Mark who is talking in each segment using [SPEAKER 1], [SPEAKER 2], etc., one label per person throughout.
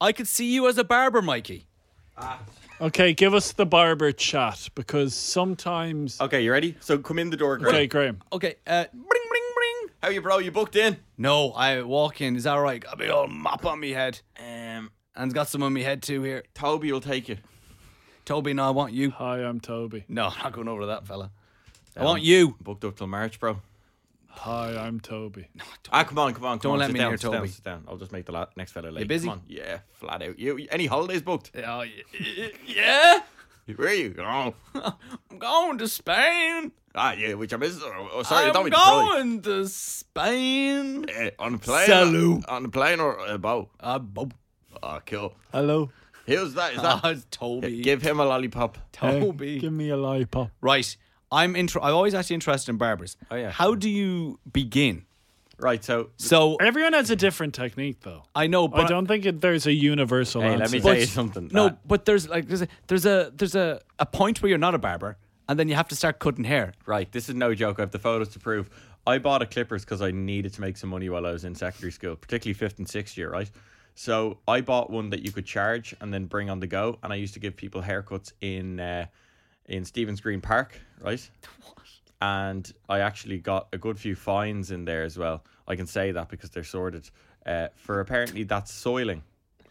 [SPEAKER 1] I could see you as a barber, Mikey.
[SPEAKER 2] Okay, give us the barber chat because sometimes.
[SPEAKER 3] Okay, you ready? So come in the door, Graham.
[SPEAKER 2] Okay, Graham.
[SPEAKER 1] Okay, uh, bring, bring, bring.
[SPEAKER 3] How you, bro? You booked in?
[SPEAKER 1] No, I walk in. Is that all right? Got a big old mop on me head.
[SPEAKER 3] Um,
[SPEAKER 1] And got some on me head too here.
[SPEAKER 3] Toby will take you.
[SPEAKER 1] Toby, no, I want you.
[SPEAKER 2] Hi, I'm Toby.
[SPEAKER 1] No, I'm not going over to that fella. I want you.
[SPEAKER 3] Booked up till March, bro.
[SPEAKER 2] Hi, I'm Toby.
[SPEAKER 3] Ah, come on, come on, come
[SPEAKER 1] Don't
[SPEAKER 3] on.
[SPEAKER 1] let
[SPEAKER 3] sit
[SPEAKER 1] me
[SPEAKER 3] down,
[SPEAKER 1] near
[SPEAKER 3] sit down,
[SPEAKER 1] Toby.
[SPEAKER 3] Sit down. I'll just make the la- next fella late.
[SPEAKER 1] busy?
[SPEAKER 3] Come on. Yeah, flat out. You you- any holidays booked?
[SPEAKER 1] Oh, y- y- yeah?
[SPEAKER 3] Where are you? Oh,
[SPEAKER 1] I'm going to Spain.
[SPEAKER 3] ah, yeah, with your missus. Oh, oh, sorry,
[SPEAKER 1] I'm
[SPEAKER 3] don't mean to pry.
[SPEAKER 1] going to Spain.
[SPEAKER 3] Eh, on a plane,
[SPEAKER 1] Salute.
[SPEAKER 3] on a plane or a boat.
[SPEAKER 1] Uh, bo-
[SPEAKER 3] Oh, cool.
[SPEAKER 2] Hello.
[SPEAKER 3] Who's that? Is that?
[SPEAKER 1] Ah, uh, it's Toby.
[SPEAKER 3] Give him a lollipop.
[SPEAKER 1] Toby.
[SPEAKER 2] give me a lollipop.
[SPEAKER 1] Right. I'm intro. I'm always actually interested in barbers.
[SPEAKER 3] Oh, yeah.
[SPEAKER 1] How do you begin?
[SPEAKER 3] Right, so
[SPEAKER 1] So
[SPEAKER 2] Everyone has a different technique, though.
[SPEAKER 1] I know,
[SPEAKER 2] I
[SPEAKER 1] but
[SPEAKER 2] don't think it, there's a universal
[SPEAKER 3] hey,
[SPEAKER 2] answer.
[SPEAKER 3] let me
[SPEAKER 1] But-
[SPEAKER 3] tell you something.
[SPEAKER 1] no,
[SPEAKER 3] That-
[SPEAKER 1] but there's like there's a there's a there's a, a point where you're not a barber, and then you have to start cutting hair.
[SPEAKER 3] right, this is no joke. I have the photos to prove. I bought a clippers because I needed to make some money while I was in secondary school, particularly fifth and sixth year, right? So I bought one that you could charge and then bring on the go, and I used to give people haircuts in uh, in Stevens Green Park, right? and I actually got a good few fines in there as well. I can say that because they're sorted uh, for apparently that's soiling.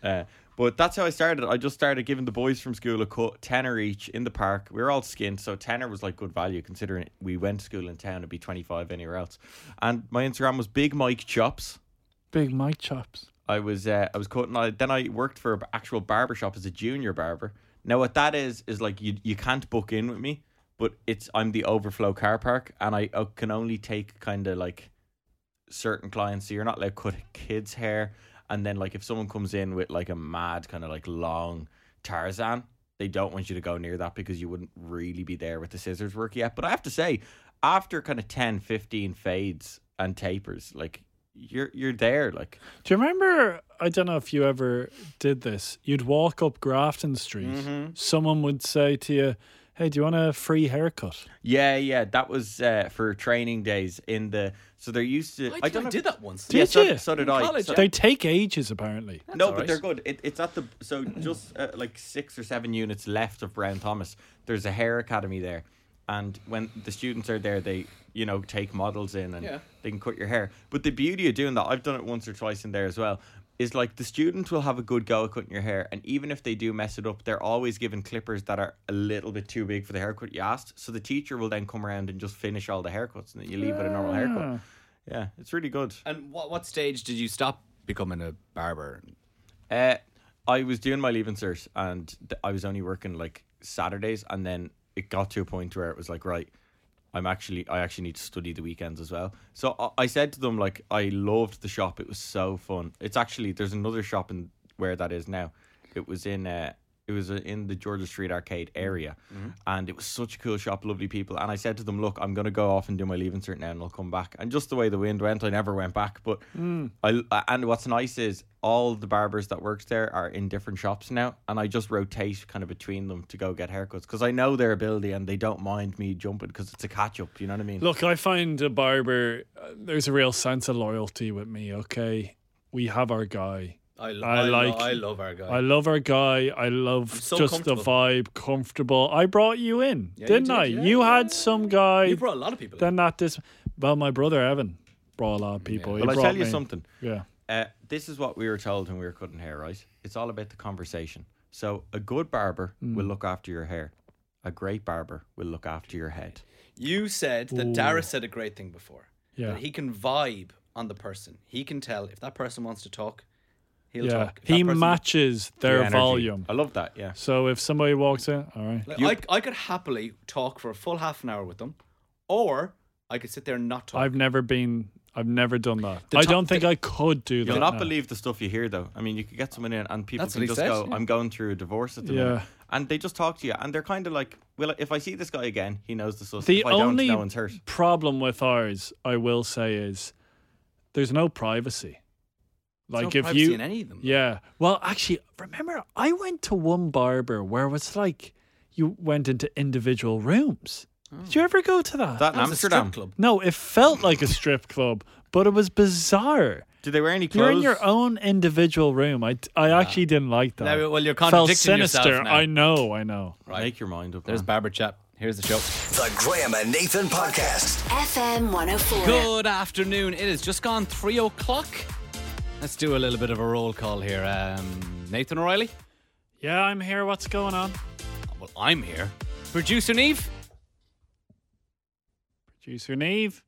[SPEAKER 3] Uh, but that's how I started. I just started giving the boys from school a cut, tenner each in the park. We were all skinned, so tenner was like good value considering we went to school in town. It'd be twenty five anywhere else. And my Instagram was Big Mike Chops.
[SPEAKER 2] Big Mike chops.
[SPEAKER 3] I was uh, I was cutting. I, then I worked for an actual barber shop as a junior barber. Now what that is is like you you can't book in with me, but it's I'm the overflow car park, and I, uh can only take kind of like certain clients. So you're not allowed to cut kids' hair, and then like if someone comes in with like a mad kind of like long Tarzan, they don't want you to go near that because you wouldn't really be there with the scissors work yet. But I have to say, after kind of 10, 15 fades and tapers, like you're you're there like.
[SPEAKER 2] Do you remember? I don't know if you ever did this. You'd walk up Grafton Street.
[SPEAKER 3] Mm-hmm.
[SPEAKER 2] Someone would say to you, "Hey, do you want a free haircut?"
[SPEAKER 3] Yeah, yeah, that was uh, for training days in the. So they're used to.
[SPEAKER 1] I, did that once.
[SPEAKER 3] Yeah,
[SPEAKER 2] Did
[SPEAKER 3] so,
[SPEAKER 2] you?
[SPEAKER 3] so did
[SPEAKER 1] In
[SPEAKER 3] I.
[SPEAKER 1] college,
[SPEAKER 3] So-
[SPEAKER 1] yeah.
[SPEAKER 2] They take ages, apparently.
[SPEAKER 3] no,
[SPEAKER 1] alright.
[SPEAKER 3] but they're good. It, it's at the so just uh, like six or seven units left of Brown Thomas. There's a hair academy there, and when the students are there, they you know take models in and
[SPEAKER 1] Yeah.
[SPEAKER 3] they can cut your hair. But the beauty of doing that, I've done it once or twice in there as well. Is like the students will have a good go at cutting your hair, and even if they do mess it up, they're always given clippers that are a little bit too big for the haircut you asked. So the teacher will then come around and just finish all the haircuts, and then you leave with a normal haircut. Yeah, it's really good.
[SPEAKER 1] And what what stage did you stop becoming a barber?
[SPEAKER 3] Uh, I was doing my leave insert and th- I was only working like Saturdays, and then it got to a point where it was like, right, I'm actually, I actually need to study the weekends as well. So I, I said to them, like, I loved the shop. It was so fun. It's actually there's another shop in where that is now. It was in. Uh, it was uh, in the Georgia Street Arcade
[SPEAKER 2] Mm-hmm.
[SPEAKER 3] area, and it was such a cool shop, lovely people. And I said to them, "Look, I'm gonna go off and do my leave insert now, and I'll come back." And just the way the wind went, I never went back. But
[SPEAKER 2] Mm.
[SPEAKER 3] I and what's nice is all the barbers that works there are in different shops now, and I just rotate kind of between them to go get haircuts because I know their ability and they don't mind me jumping because it's a catch up. You know what I mean?
[SPEAKER 2] Look, I find a barber. Uh, there's a real sense of loyalty with me. Okay, we have our guy.
[SPEAKER 1] I, lo-
[SPEAKER 2] I
[SPEAKER 1] lo-
[SPEAKER 2] like-
[SPEAKER 1] I love our guy.
[SPEAKER 2] I love our guy. I love
[SPEAKER 1] so
[SPEAKER 2] just the
[SPEAKER 1] comfortable.
[SPEAKER 2] vibe, comfortable. I brought you in,
[SPEAKER 1] you
[SPEAKER 2] didn't
[SPEAKER 1] did,
[SPEAKER 2] I?
[SPEAKER 1] yeah,
[SPEAKER 2] you
[SPEAKER 1] yeah,
[SPEAKER 2] had some guy.
[SPEAKER 1] you brought a lot of people. in.
[SPEAKER 2] then that dis. Well, my brother Evan brought a lot of people. He
[SPEAKER 3] Well, I
[SPEAKER 2] brought
[SPEAKER 3] tell you
[SPEAKER 2] me.
[SPEAKER 3] something.
[SPEAKER 2] Yeah.
[SPEAKER 3] Uh, this is what we were told when we were cutting hair, right? It's all about the conversation. So a good barber
[SPEAKER 1] Hmm.
[SPEAKER 3] will look after your hair. A great barber will look after your head.
[SPEAKER 1] You said that Dara said a great thing before.
[SPEAKER 2] Yeah.
[SPEAKER 1] That he can vibe on the person. He can tell if that person wants to talk, he'll
[SPEAKER 2] yeah.
[SPEAKER 1] talk. If that
[SPEAKER 2] He
[SPEAKER 1] person-
[SPEAKER 2] matches their
[SPEAKER 3] energy.
[SPEAKER 2] volume.
[SPEAKER 3] I love that. Yeah.
[SPEAKER 2] So if somebody walks in, all right.
[SPEAKER 1] Like, I, I could happily talk for a full half an hour with them, or I could sit there and not talk.
[SPEAKER 2] I've never been. I've never done that.
[SPEAKER 1] The
[SPEAKER 2] I
[SPEAKER 1] top-
[SPEAKER 2] don't think I could do that.
[SPEAKER 3] You'll not
[SPEAKER 2] now.
[SPEAKER 3] believe the stuff you hear, though. I mean, you could get someone in, and people
[SPEAKER 1] That's what
[SPEAKER 3] can
[SPEAKER 1] he
[SPEAKER 3] just
[SPEAKER 1] said,
[SPEAKER 3] go,
[SPEAKER 1] yeah.
[SPEAKER 3] "I'm going through a divorce at the
[SPEAKER 2] Yeah.
[SPEAKER 3] minute," and they just talk to you, and they're kind of like, "Well, if I see this guy again, he knows the sus.
[SPEAKER 2] The
[SPEAKER 3] if I
[SPEAKER 2] only
[SPEAKER 3] don't, no one's hurt."
[SPEAKER 2] problem with ours, I will say, is there's no privacy. Like
[SPEAKER 1] no
[SPEAKER 2] if
[SPEAKER 1] privacy
[SPEAKER 2] you,
[SPEAKER 1] in any of them.
[SPEAKER 2] yeah. Well, actually, remember I went to one barber where it was like you went into individual rooms. Did you
[SPEAKER 1] Oh.
[SPEAKER 2] ever go to that?
[SPEAKER 3] That in
[SPEAKER 1] That's a strip
[SPEAKER 3] Amsterdam.
[SPEAKER 1] club.
[SPEAKER 2] no, it felt like a strip club, but it was bizarre.
[SPEAKER 3] Did they wear any clothes?
[SPEAKER 2] You're in your own individual room. I, I actually didn't like that.
[SPEAKER 1] Now, well, you're
[SPEAKER 2] Felt
[SPEAKER 1] contradicting
[SPEAKER 2] sinister.
[SPEAKER 1] yourself now.
[SPEAKER 2] I know. I know.
[SPEAKER 3] Make your mind up.
[SPEAKER 1] There's
[SPEAKER 3] man.
[SPEAKER 1] Barber Chat. Here's the show.
[SPEAKER 4] The Graham and Nathan Podcast.
[SPEAKER 5] FM 104.
[SPEAKER 1] Good afternoon. It is just gone three o'clock. Let's do a little bit of a roll call here. Um, Nathan O'Reilly.
[SPEAKER 2] Yeah, I'm here. What's going on?
[SPEAKER 1] Well, I'm here. Producer Neve.
[SPEAKER 2] Producer Neve.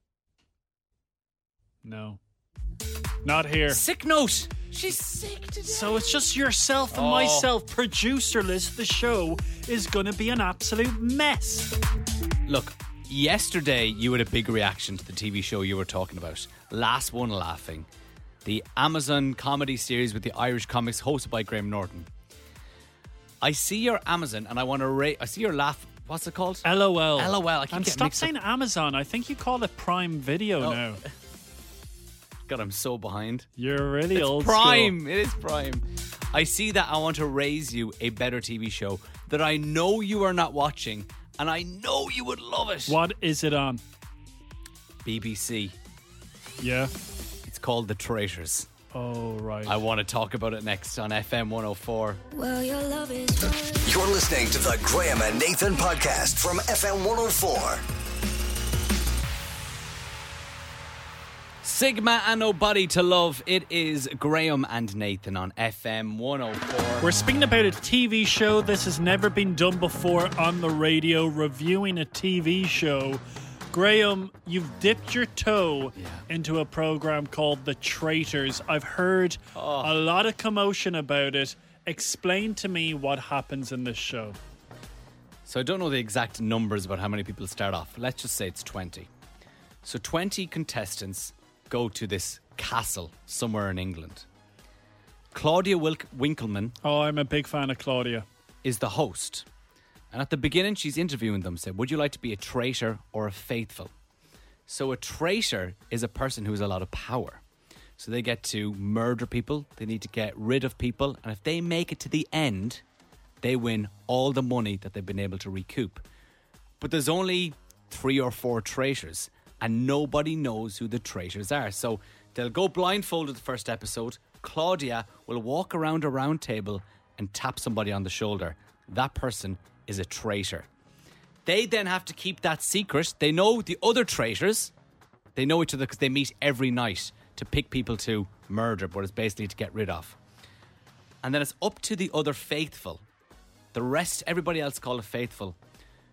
[SPEAKER 2] No, not here.
[SPEAKER 1] Sick note. She's sick today.
[SPEAKER 2] So it's just yourself and
[SPEAKER 1] Oh.
[SPEAKER 2] myself. Producer list. The show is gonna be an absolute mess.
[SPEAKER 1] Look, yesterday you had a big reaction to the TV show you were talking about. Last One Laughing, the Amazon comedy series with the Irish comics hosted by Graham Norton. I see your Amazon and I want to rate. I see your laugh. What's it called?
[SPEAKER 2] LOL.
[SPEAKER 1] LOL, I keep
[SPEAKER 2] and
[SPEAKER 1] getting
[SPEAKER 2] stop
[SPEAKER 1] mixed up.
[SPEAKER 2] saying Amazon. I think you call it Prime Video
[SPEAKER 1] Oh.
[SPEAKER 2] now.
[SPEAKER 1] God, I'm so behind.
[SPEAKER 2] You're really
[SPEAKER 1] It's
[SPEAKER 2] old.
[SPEAKER 1] prime.
[SPEAKER 2] school.
[SPEAKER 1] It is prime. I see that I want to raise you a better TV show that I know you are not watching, and I know you would love it.
[SPEAKER 2] What is it on?
[SPEAKER 1] BBC.
[SPEAKER 2] Yeah.
[SPEAKER 1] It's called The Traitors.
[SPEAKER 2] Oh right.
[SPEAKER 1] I want to talk about it next on FM 104.
[SPEAKER 5] Well, your love is.
[SPEAKER 4] You're listening to the Graham and Nathan Podcast from FM 104.
[SPEAKER 1] Sigma and Nobody to Love. It is Graham and Nathan on FM 104.
[SPEAKER 2] We're speaking about a TV show. This has never been done before on the radio, reviewing a TV show. Graham, you've dipped your toe into a program called The Traitors. I've heard
[SPEAKER 1] Oh.
[SPEAKER 2] a lot of commotion about it. Explain to me what happens in this show.
[SPEAKER 1] So I don't know the exact numbers about how many people start off. Let's just say it's 20. So 20 contestants go to this castle somewhere in England. Claudia Wilk- Winkleman
[SPEAKER 2] Oh, I'm a big fan of Claudia.
[SPEAKER 1] is the host. And at the beginning, she's interviewing them, said, Would you like to be a traitor or a faithful? So a traitor is a person who has a lot of power. So they get to murder people, they need to get rid of people, and if they make it to the end, they win all the money that they've been able to recoup. But there's only three or four traitors, and nobody knows who the traitors are. So they'll go blindfolded the first episode. Claudia will walk around a round table and tap somebody on the shoulder. That person is a traitor. They then have to keep that secret. They know the other traitors. They know each other because they meet every night to pick people to murder, but it's basically to get rid of. And then it's up to the other faithful, the rest, everybody else called a faithful,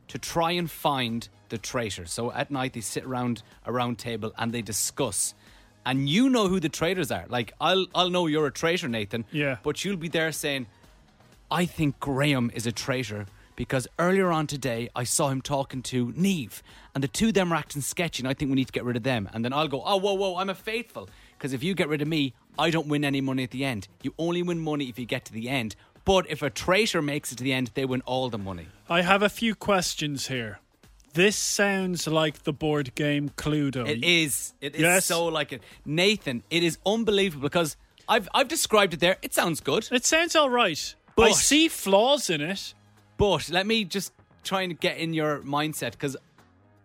[SPEAKER 1] to try and find the traitor. So at night they sit around a round table and they discuss. And you know who the traitors are. Like I'll I'll know you're a traitor, Nathan.
[SPEAKER 2] Yeah.
[SPEAKER 1] But you'll be there saying, I think Graham is a traitor because earlier on today I saw him talking to Neve and the two of them are acting sketchy and I think we need to get rid of them. And then I'll go, oh, whoa, whoa, I'm a faithful because if you get rid of me, I don't win any money at the end. You only win money if you get to the end. But if a traitor makes it to the end, they win all the money.
[SPEAKER 2] I have a few questions here. This sounds like the board game Cluedo.
[SPEAKER 1] It is. It is
[SPEAKER 2] Yes.
[SPEAKER 1] so like it. Nathan, it is unbelievable because I've, I've described it there. It sounds good.
[SPEAKER 2] It sounds all right. I
[SPEAKER 1] But-
[SPEAKER 2] see flaws in it.
[SPEAKER 1] But let me just try and get in your mindset because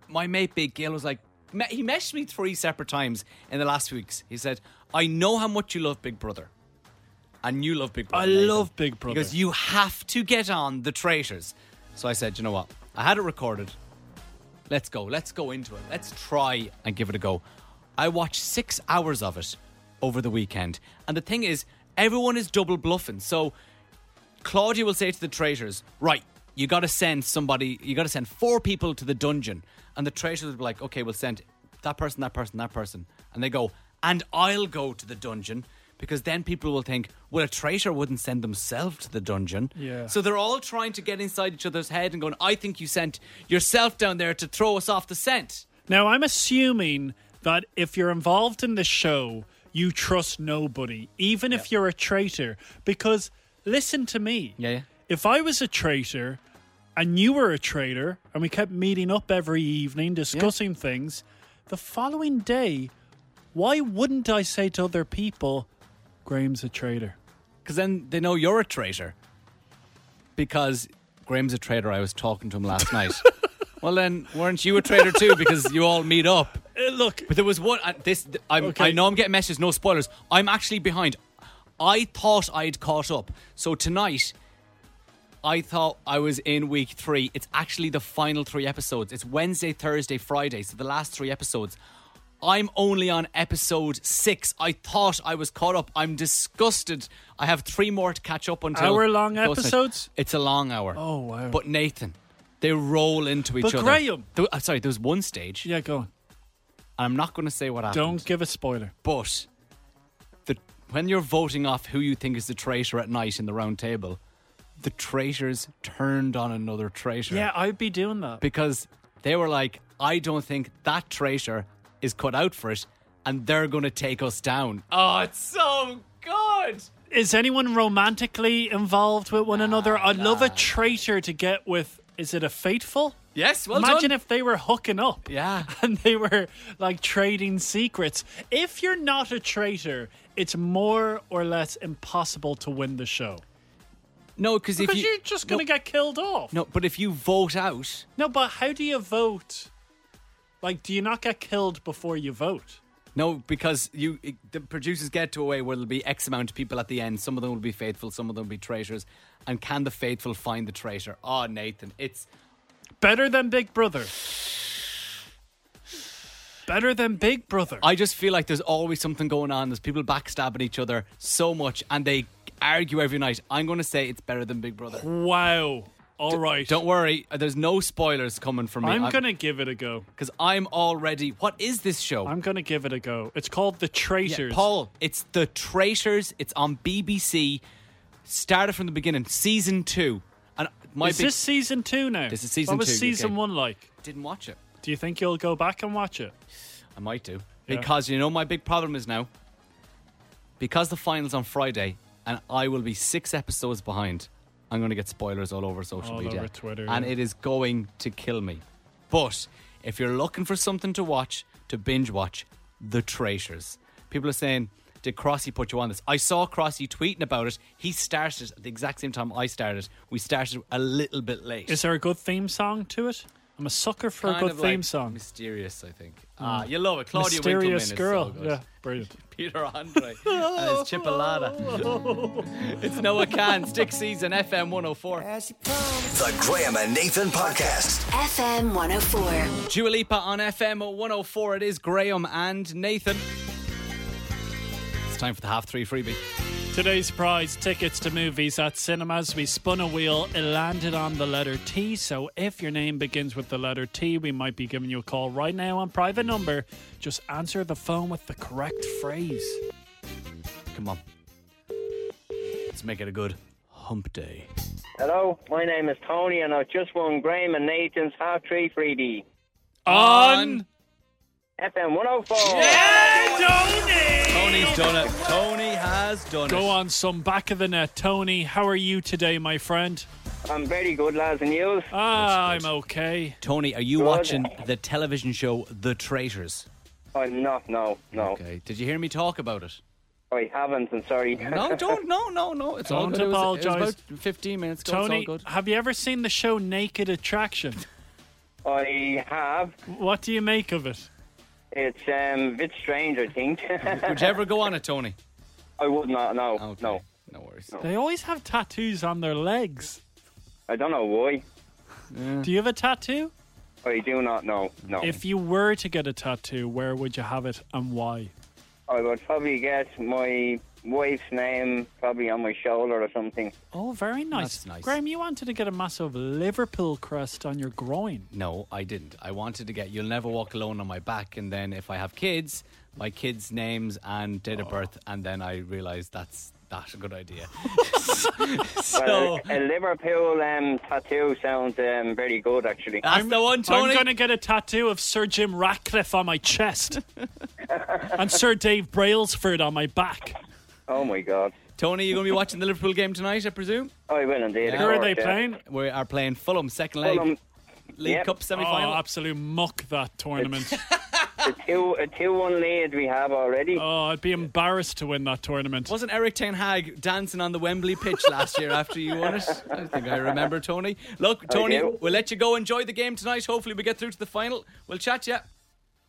[SPEAKER 1] my mate Big Gail was like, me- he messaged me three separate times in the last weeks. He said, I know how much you love Big Brother. And you love Big Brother.
[SPEAKER 2] I
[SPEAKER 1] Nathan."
[SPEAKER 2] love Big Brother.
[SPEAKER 1] Because you have to get on the traitors. So I said, you know what? I had it recorded. Let's go. Let's go into it. Let's try and give it a go. I watched six hours of it over the weekend. And the thing is, everyone is double bluffing. So Claudia will say to the traitors, right, you got to send somebody, you got to send four people to the dungeon. And the traitors will be like, okay, we'll send that person, that person, that person. And they go, and I'll go to the dungeon because then people will think, well, a traitor wouldn't send themselves to the dungeon.
[SPEAKER 2] Yeah.
[SPEAKER 1] So they're all trying to get inside each other's head and going, I think you sent yourself down there to throw us off the scent.
[SPEAKER 2] Now, I'm assuming that if you're involved in the show, you trust nobody, even if you're a traitor. Because listen to me.
[SPEAKER 1] Yeah, yeah.
[SPEAKER 2] If I was a traitor and you were a traitor and we kept meeting up every evening discussing things, the following day, why wouldn't I say to other people, Graham's a traitor?
[SPEAKER 1] Because then they know you're a traitor. Because Graham's a traitor. I was talking to him last night. Well, then, weren't you a traitor too? Because you all meet up.
[SPEAKER 2] Uh, Look,
[SPEAKER 1] But there was one. Uh, this th- I'm, I
[SPEAKER 2] Okay.
[SPEAKER 1] know I'm getting messages. No spoilers. I'm actually behind. I thought I'd caught up. So tonight, I thought I was in week three. It's actually the final three episodes. It's Wednesday, Thursday, Friday. So the last three episodes. I'm only on episode six. I thought I was caught up. I'm disgusted. I have three more to catch up until
[SPEAKER 2] Hour-long
[SPEAKER 1] those nights.
[SPEAKER 2] episodes?
[SPEAKER 1] It's a long hour.
[SPEAKER 2] Oh, wow.
[SPEAKER 1] But Nathan, they roll into each
[SPEAKER 2] But
[SPEAKER 1] other.
[SPEAKER 2] Graham-
[SPEAKER 1] There- uh, sorry, there was one stage.
[SPEAKER 2] yeah, go on.
[SPEAKER 1] And I'm not going to say what happened.
[SPEAKER 2] Don't give a spoiler.
[SPEAKER 1] But the when you're voting off who you think is the traitor at night in the round table, the traitors turned on another traitor.
[SPEAKER 2] Yeah, I'd be doing that.
[SPEAKER 1] Because they were like, I don't think that traitor is cut out for it, and they're gonna take us down. Oh, it's so good.
[SPEAKER 2] Is anyone romantically involved with one another? I love a traitor to get with. Is it a faithful?
[SPEAKER 1] Yes, well
[SPEAKER 2] Imagine
[SPEAKER 1] done.
[SPEAKER 2] if they were hooking up.
[SPEAKER 1] Yeah.
[SPEAKER 2] And they were like trading secrets. If you're not a traitor, it's more or less impossible to win the show.
[SPEAKER 1] No, because if
[SPEAKER 2] Because
[SPEAKER 1] you
[SPEAKER 2] you, are just going to get killed off.
[SPEAKER 1] No, but if you vote out
[SPEAKER 2] No, but how do you vote? Like, do you not get killed before you vote?
[SPEAKER 1] No, because you it- the producers get to a way where there'll be X amount of people at the end. Some of them will be faithful, some of them will be traitors. And can the faithful find the traitor? Oh, Nathan, it's
[SPEAKER 2] Better than Big Brother. Better than Big Brother.
[SPEAKER 1] I just feel like there's always something going on. There's people backstabbing each other so much, and they argue every night. I'm going to say it's better than Big Brother.
[SPEAKER 2] wow. All right.
[SPEAKER 1] Don't worry, uh, there's no spoilers coming from me.
[SPEAKER 2] I'm, gonna give it a go.
[SPEAKER 1] because I'm already. What is this show?
[SPEAKER 2] I'm gonna give it a go. It's called The
[SPEAKER 1] Yeah,
[SPEAKER 2] Traitors.
[SPEAKER 1] Paul, it's The Traitors. It's on BBC. Started from the beginning, season two. And my
[SPEAKER 2] is
[SPEAKER 1] big-
[SPEAKER 2] this season two now?
[SPEAKER 1] This is season
[SPEAKER 2] What was
[SPEAKER 1] two,
[SPEAKER 2] season
[SPEAKER 1] UK.
[SPEAKER 2] one like?
[SPEAKER 1] didn't watch it.
[SPEAKER 2] Do you think you'll go back and watch it?
[SPEAKER 1] I might do.
[SPEAKER 2] Yeah.
[SPEAKER 1] Because you know my big problem is now because the final's on Friday and I will be 6 episodes behind. I'm going to get spoilers all over social
[SPEAKER 2] All
[SPEAKER 1] media
[SPEAKER 2] over Twitter,
[SPEAKER 1] and
[SPEAKER 2] yeah.
[SPEAKER 1] it is going to kill me. But if you're looking for something to watch, to binge watch, The Traitors. People are saying did Crossy put you on this? I saw Crossy tweeting about it. He started at the exact same time I started. We started a little bit late.
[SPEAKER 2] Is there a good theme song to it? I'm a sucker for a
[SPEAKER 1] Kind
[SPEAKER 2] good
[SPEAKER 1] of
[SPEAKER 2] theme
[SPEAKER 1] like
[SPEAKER 2] song. Mm.
[SPEAKER 1] Mysterious, I think. Ah, you love it. Claudia Winkleman
[SPEAKER 2] Mysterious
[SPEAKER 1] is so
[SPEAKER 2] girl.
[SPEAKER 1] good.
[SPEAKER 2] yeah, brilliant.
[SPEAKER 1] Peter Andre and his chipolata. it's Noah Can, Stick Season, FM 104.
[SPEAKER 4] The Graham and Nathan Podcast.
[SPEAKER 5] FM 104.
[SPEAKER 1] Dua Lipa on FM 104. It is Graham and Nathan. It's time for the half three freebie.
[SPEAKER 2] Today's prize tickets to movies at cinemas. We spun a wheel, it landed on the letter T. So if your name begins with the letter T, we might be giving you a call right now on private number. Just answer the phone with the correct phrase.
[SPEAKER 1] Come on. Let's make it a good hump day.
[SPEAKER 6] Hello, my name is Tony, and I've just won Graham and Nathan's Half Tree 3D.
[SPEAKER 1] On.
[SPEAKER 6] FM 104.
[SPEAKER 1] Tony's done it. Tony has done it.
[SPEAKER 2] Go on, some back of the net. Tony, how are you today, my friend?
[SPEAKER 6] I'm very good, lads, and you?
[SPEAKER 2] Ah, I'm okay.
[SPEAKER 1] Tony, are you
[SPEAKER 6] Good.
[SPEAKER 1] watching the television show The Traitors?
[SPEAKER 6] I'm not, Oh, no, no.
[SPEAKER 1] Okay. Did you hear me talk about it?
[SPEAKER 6] I haven't, I'm sorry.
[SPEAKER 1] No, don't. No, no, no. It's all
[SPEAKER 2] Don't
[SPEAKER 1] good. It was- it was
[SPEAKER 2] apologise.
[SPEAKER 1] about 15 minutes ago.
[SPEAKER 2] Tony,
[SPEAKER 1] it's all good.
[SPEAKER 2] have you ever seen the show Naked Attraction?
[SPEAKER 6] I have.
[SPEAKER 2] What do you make of it?
[SPEAKER 6] It's um, a bit strange, I think.
[SPEAKER 1] Would you ever go on it, Tony?
[SPEAKER 6] I would not, no, no.
[SPEAKER 1] No worries.
[SPEAKER 2] They always have tattoos on their legs.
[SPEAKER 6] I don't know why.
[SPEAKER 2] Do you have a tattoo?
[SPEAKER 6] I do not know,
[SPEAKER 1] Oh.
[SPEAKER 6] no.
[SPEAKER 2] If you were to get a tattoo, where would you have it and why?
[SPEAKER 6] I would probably get my wife's name probably on my shoulder or something.
[SPEAKER 2] Oh, very nice.
[SPEAKER 1] That's nice.
[SPEAKER 2] Graham, you wanted to get a massive Liverpool crest on your groin.
[SPEAKER 1] No, I didn't. I wanted to get You'll Never Walk Alone on my back, and then if I have kids, my kids' names and date of birth, and then I realised that's not a good idea. so,
[SPEAKER 6] Well, a Liverpool um, tattoo sounds um, very good, actually.
[SPEAKER 1] that's the one, Tony.
[SPEAKER 2] I'm going to get a tattoo of Sir Jim Ratcliffe on my chest and Sir Dave Brailsford on my back.
[SPEAKER 6] Oh, my God.
[SPEAKER 1] Tony, you're going to be watching the Liverpool game tonight, I presume?
[SPEAKER 6] Oh, I will indeed. of
[SPEAKER 2] Who are
[SPEAKER 6] course,
[SPEAKER 2] they
[SPEAKER 6] yeah.
[SPEAKER 2] playing?
[SPEAKER 1] We are playing Fulham, second leg,
[SPEAKER 6] Fulham.
[SPEAKER 1] League
[SPEAKER 6] yep.
[SPEAKER 1] Cup semi
[SPEAKER 2] Oh,
[SPEAKER 1] final.
[SPEAKER 2] absolute muck that tournament.
[SPEAKER 6] the two a two one lead we have already.
[SPEAKER 2] Oh, I'd be embarrassed to win that tournament.
[SPEAKER 1] Wasn't Eric Ten Hag dancing on the Wembley pitch last year after you won it? I think I remember, Tony. Look, Tony,
[SPEAKER 6] do.
[SPEAKER 1] we'll let you go. Enjoy the game tonight. Hopefully, we get through to the final. We'll chat to you.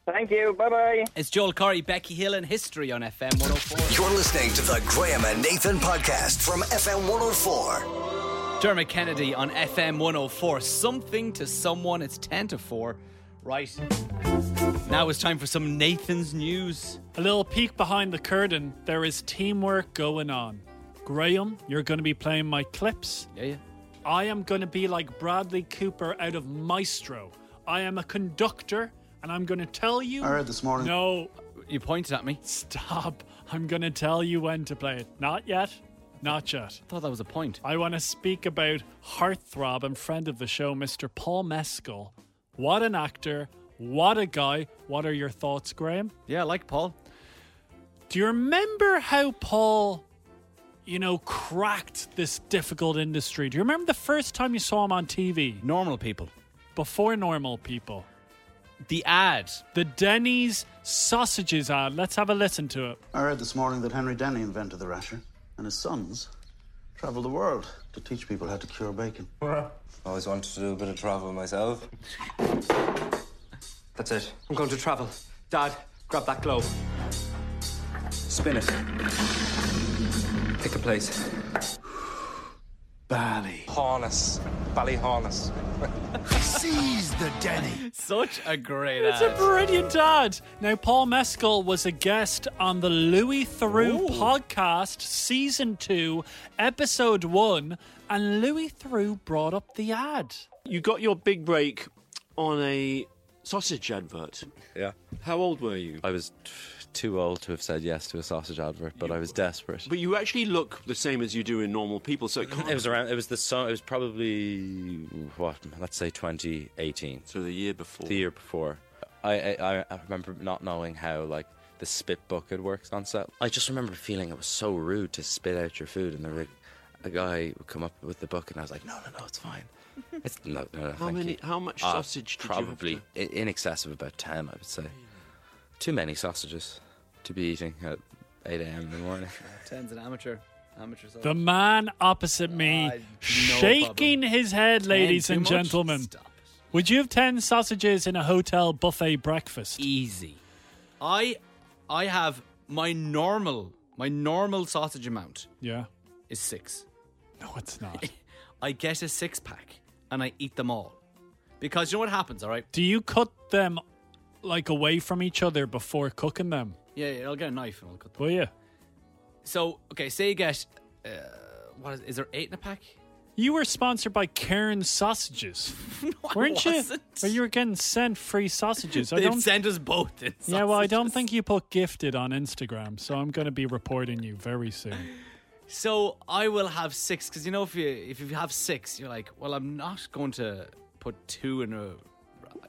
[SPEAKER 6] Thank you. Bye bye.
[SPEAKER 1] It's Joel Corey, Becky Hill, and History on FM 104.
[SPEAKER 4] You're listening to the Graham and Nathan podcast from FM 104.
[SPEAKER 1] Dermot Kennedy on FM 104. Something to someone. It's 10 to 4. Right. Now it's time for some Nathan's news.
[SPEAKER 2] A little peek behind the curtain, there is teamwork going on. Graham, you're going to be playing my clips.
[SPEAKER 1] Yeah, yeah.
[SPEAKER 2] I am going to be like Bradley Cooper out of Maestro. I am a conductor, and I'm going to tell you.
[SPEAKER 7] I read this morning.
[SPEAKER 2] No,
[SPEAKER 1] You pointed at me.
[SPEAKER 2] stop. I'm going to tell you when to play it. Not yet. Not yet.
[SPEAKER 1] thought that was a point.
[SPEAKER 2] I want to speak about heartthrob and friend of the show, Mr. Paul Mescal. What an actor. What a guy. What are your thoughts, Graham?
[SPEAKER 1] Yeah, I like Paul.
[SPEAKER 2] Do you remember how Paul, you know, cracked this difficult industry? Do you remember the first time you saw him on TV?
[SPEAKER 1] Normal people.
[SPEAKER 2] Before normal people.
[SPEAKER 1] The ad.
[SPEAKER 2] The Denny's sausages ad. Let's have a listen to it.
[SPEAKER 7] I read this morning that Henry Denny invented the rasher, and his sons traveled the world to teach people how to cure bacon.
[SPEAKER 8] Always wanted to do a bit of travel myself. That's it. I'm going to travel. Dad, grab that globe. Spin it. Pick a place.
[SPEAKER 7] Bally.
[SPEAKER 8] Harness. Bally harness.
[SPEAKER 4] Seize the Denny.
[SPEAKER 1] Such a great
[SPEAKER 2] It's a
[SPEAKER 1] ad.
[SPEAKER 2] brilliant ad. Now, Paul Mescal was a guest on the Louis Theroux podcast, season two, episode one, and Louis Theroux brought up the ad.
[SPEAKER 9] You got your big break on a sausage advert.
[SPEAKER 10] Yeah.
[SPEAKER 9] How old were you?
[SPEAKER 10] I was t- too old to have said yes to a sausage advert, but I was desperate.
[SPEAKER 9] But you actually look the same as you do in normal people, so it can't.
[SPEAKER 10] It was around. It was the song. It was probably what? Let's say 2018,
[SPEAKER 9] So the year before.
[SPEAKER 10] the year before. I, I I remember not knowing how like the spit bucket works on set. I just remember feeling it was so rude to spit out your food, and there was a guy would come up with the bucket, and I was like, no, no, no, it's fine. It's no, no, no.
[SPEAKER 9] How
[SPEAKER 10] thank
[SPEAKER 9] many-
[SPEAKER 10] you."
[SPEAKER 9] how much
[SPEAKER 10] Uh,
[SPEAKER 9] sausage did you have
[SPEAKER 10] Probably i- in excess of about ten, I would say. Too many sausages to be eating at 8 a.m. in the morning.
[SPEAKER 1] Sounds an amateur. Amateur. song.
[SPEAKER 2] The man opposite me,
[SPEAKER 1] Ah, no
[SPEAKER 2] shaking
[SPEAKER 1] problem.
[SPEAKER 2] his head, ladies
[SPEAKER 1] Ten,
[SPEAKER 2] and
[SPEAKER 1] too much?
[SPEAKER 2] gentlemen.
[SPEAKER 1] Stop it.
[SPEAKER 2] Would you have 10 sausages in a hotel buffet breakfast?
[SPEAKER 1] easy. I I have my normal my normal sausage amount
[SPEAKER 2] Yeah.
[SPEAKER 1] is six.
[SPEAKER 2] No, it's not.
[SPEAKER 1] I get a six pack and I eat them all. Because you know what happens, all right?
[SPEAKER 2] Do you cut them like away from each other before cooking them?
[SPEAKER 1] Yeah, yeah, I'll get a knife and I'll cut them.
[SPEAKER 2] Will you?
[SPEAKER 1] So, okay, say you get uh, what is, is there eight in a pack?
[SPEAKER 2] You were sponsored by Karen Sausages. Weren't you?
[SPEAKER 1] wasn't.
[SPEAKER 2] Well, you were getting sent free sausages. I
[SPEAKER 1] They've
[SPEAKER 2] don't.
[SPEAKER 1] sent us both in
[SPEAKER 2] Yeah, well, I don't
[SPEAKER 1] sausages.
[SPEAKER 2] think you put gifted on Instagram, so I'm going to be reporting you very soon.
[SPEAKER 1] So I will have six because you know if you if you have six, you're like, well, I'm not going to put two in a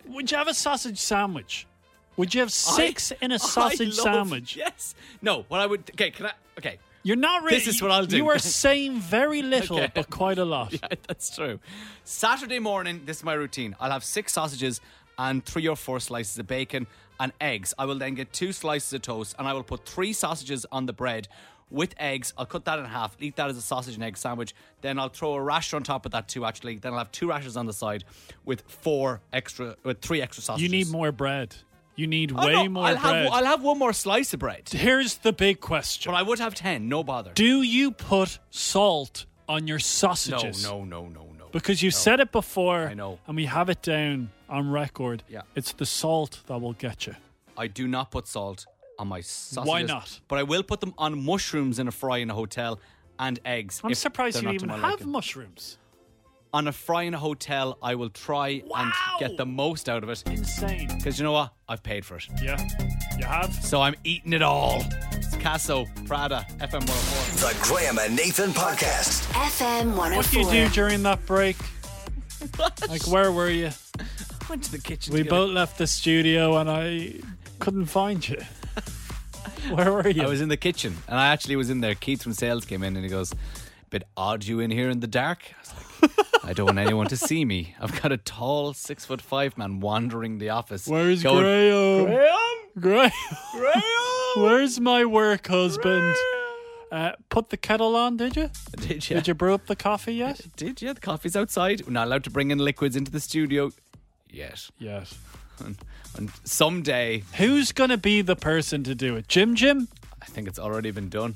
[SPEAKER 2] Would you have a sausage sandwich? Would you have six
[SPEAKER 1] I-
[SPEAKER 2] in
[SPEAKER 1] I
[SPEAKER 2] a sausage
[SPEAKER 1] love-
[SPEAKER 2] sandwich?
[SPEAKER 1] Yes. No. What I would. Okay. Can I? Okay.
[SPEAKER 2] You're not really.
[SPEAKER 1] This is what I'll do.
[SPEAKER 2] You are saying very little,
[SPEAKER 1] Okay.
[SPEAKER 2] but quite a lot.
[SPEAKER 1] That's true. Saturday morning, this is my routine. I'll have six sausages and three or four slices of bacon and eggs. I will then get two slices of toast and I will put three sausages on the bread with eggs. I'll cut that in half, eat that as a sausage and egg sandwich. Then I'll throw a rasher on top of that too, actually. Then I'll have two rashers on the side with four extra, with three extra sausages.
[SPEAKER 2] You need more bread. You need
[SPEAKER 1] Oh,
[SPEAKER 2] way
[SPEAKER 1] no,
[SPEAKER 2] more
[SPEAKER 1] I'll
[SPEAKER 2] bread.
[SPEAKER 1] Have, I'll have one more slice of bread.
[SPEAKER 2] Here's the big question
[SPEAKER 1] But I would have 10, no bother.
[SPEAKER 2] Do you put salt on your
[SPEAKER 1] no,
[SPEAKER 2] sausages?
[SPEAKER 1] no, no, no, no.
[SPEAKER 2] Because you've said it before.
[SPEAKER 1] I know.
[SPEAKER 2] And we have it down on record.
[SPEAKER 1] Yeah.
[SPEAKER 2] It's the salt that will get you.
[SPEAKER 1] I do not put salt on my sausages.
[SPEAKER 2] not?
[SPEAKER 1] But I will put them on mushrooms in a fry in a hotel and eggs.
[SPEAKER 2] I'm
[SPEAKER 1] if
[SPEAKER 2] surprised
[SPEAKER 1] they're
[SPEAKER 2] you
[SPEAKER 1] not to
[SPEAKER 2] even
[SPEAKER 1] my
[SPEAKER 2] have
[SPEAKER 1] liking.
[SPEAKER 2] mushrooms.
[SPEAKER 1] on a fry in a hotel. I will try and
[SPEAKER 2] Wow!
[SPEAKER 1] get the most out of it
[SPEAKER 2] Insane.
[SPEAKER 1] because you know what? I've paid for it,
[SPEAKER 2] Yeah. You have.
[SPEAKER 1] so I'm eating it all. It's Casso Prada FM 104.
[SPEAKER 4] The Graham and Nathan podcast.
[SPEAKER 5] FM 104.
[SPEAKER 2] What do you do during that break? like, where were you?
[SPEAKER 1] I went to the kitchen.
[SPEAKER 2] We
[SPEAKER 1] the other-
[SPEAKER 2] both left the studio and I couldn't find you. Where were you?
[SPEAKER 1] I was in the kitchen and I actually was in there. Keith from sales came in and he goes, "Bit odd you in here in the dark." I was like, "I don't want anyone to see me. I've got a tall six foot five man wandering the office.
[SPEAKER 2] Where's
[SPEAKER 1] going,
[SPEAKER 2] Graham?
[SPEAKER 1] Graham,
[SPEAKER 2] Graham. Where's my work husband? Uh, put the kettle on, did you?
[SPEAKER 1] Did
[SPEAKER 2] Did you brew up the coffee yet?
[SPEAKER 1] Did you? The coffee's outside. We're not allowed to bring in liquids into the studio yet.
[SPEAKER 2] Yes.
[SPEAKER 1] And, and someday,
[SPEAKER 2] Who's going to be the person to do it? Jim Jim?
[SPEAKER 1] I think it's already been done.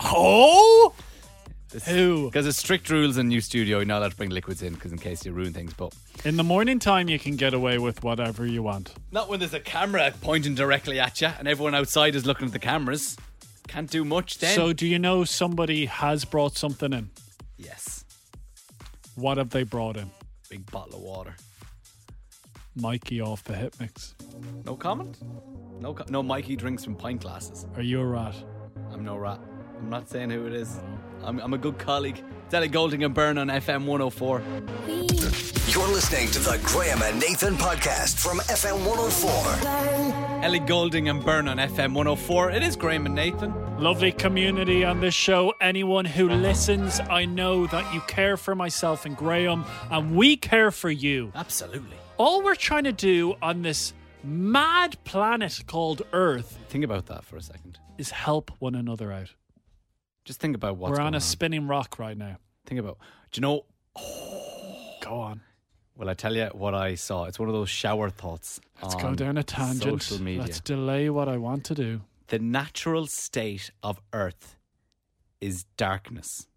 [SPEAKER 2] Oh! Who?
[SPEAKER 1] Because there's strict rules in new studio. You're not allowed to bring liquids in because in case you ruin things. But
[SPEAKER 2] In the morning time, you can get away with whatever you want.
[SPEAKER 1] not when there's a camera pointing directly at you and everyone outside is looking at the cameras. Can't do much then.
[SPEAKER 2] So, do you know somebody has brought something in?
[SPEAKER 1] yes,
[SPEAKER 2] What have they brought in?
[SPEAKER 1] big bottle of water.
[SPEAKER 2] Mikey off the hit mix.
[SPEAKER 1] No comment. No, co- no. Mikey drinks from pint glasses.
[SPEAKER 2] Are you a rat?
[SPEAKER 1] I'm no rat. I'm not saying who it is. I'm, I'm a good colleague. It's Ellie Golding and Byrne on FM 104.
[SPEAKER 4] You're listening to the Graham and Nathan podcast from FM 104.
[SPEAKER 1] Ellie Golding and Byrne on FM 104. It is Graham and Nathan.
[SPEAKER 2] Lovely community on this show. Anyone who listens, I know that you care for myself and Graham, and we care for you.
[SPEAKER 1] Absolutely.
[SPEAKER 2] All we're trying to do on this mad planet called Earth
[SPEAKER 1] Think about that for a second.
[SPEAKER 2] is help one another out.
[SPEAKER 1] Just think about what's
[SPEAKER 2] we're on
[SPEAKER 1] going
[SPEAKER 2] a spinning rock right now.
[SPEAKER 1] Think about. Do you know?
[SPEAKER 2] Go on.
[SPEAKER 1] Well, I tell you what I saw. It's one of those shower thoughts.
[SPEAKER 2] Let's
[SPEAKER 1] on
[SPEAKER 2] go down a tangent.
[SPEAKER 1] Social media.
[SPEAKER 2] Let's delay what I want to do.
[SPEAKER 1] The natural state of Earth is darkness.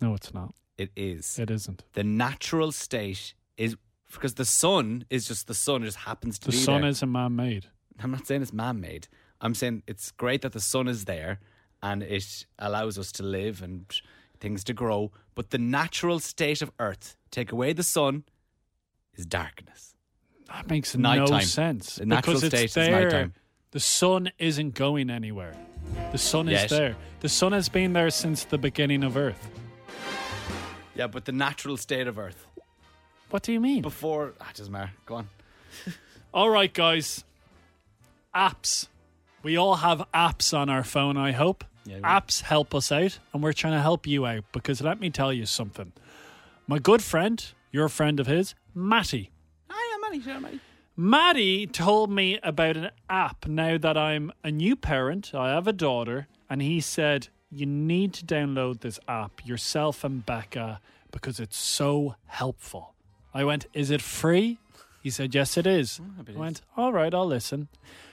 [SPEAKER 2] No, it's not.
[SPEAKER 1] It is.
[SPEAKER 2] It isn't.
[SPEAKER 1] the natural state is because the sun is just the sun. It just happens to
[SPEAKER 2] The
[SPEAKER 1] be
[SPEAKER 2] sun
[SPEAKER 1] there.
[SPEAKER 2] is isn't man made.
[SPEAKER 1] I'm not saying it's man-made. I'm saying it's great that the sun is there and it allows us to live and things to grow. But the natural state of Earth, take away the sun, is darkness.
[SPEAKER 2] That makes no
[SPEAKER 1] Nighttime.
[SPEAKER 2] sense.
[SPEAKER 1] The natural
[SPEAKER 2] because
[SPEAKER 1] state
[SPEAKER 2] it's
[SPEAKER 1] is
[SPEAKER 2] there.
[SPEAKER 1] nighttime.
[SPEAKER 2] The sun isn't going anywhere. The sun is
[SPEAKER 1] Yet.
[SPEAKER 2] there. The sun has been there since the beginning of Earth.
[SPEAKER 1] Yeah, but the natural state of Earth
[SPEAKER 2] What do you mean?
[SPEAKER 1] before ah, doesn't matter. Go on.
[SPEAKER 2] All right, guys. Apps. We all have apps on our phone, I hope.
[SPEAKER 1] we-
[SPEAKER 2] apps help us out, and we're trying to help you out because let me tell you something. My good friend, your friend of his, Matty.
[SPEAKER 1] Hi, I'm Manny. Sure, Manny.
[SPEAKER 2] Maddie told me about an app now that I'm a new parent. I have a daughter, and he said, You need to download this app yourself and Becca because it's so helpful. I went, Is it free? He said, Yes, it is. I went, All right, I'll listen.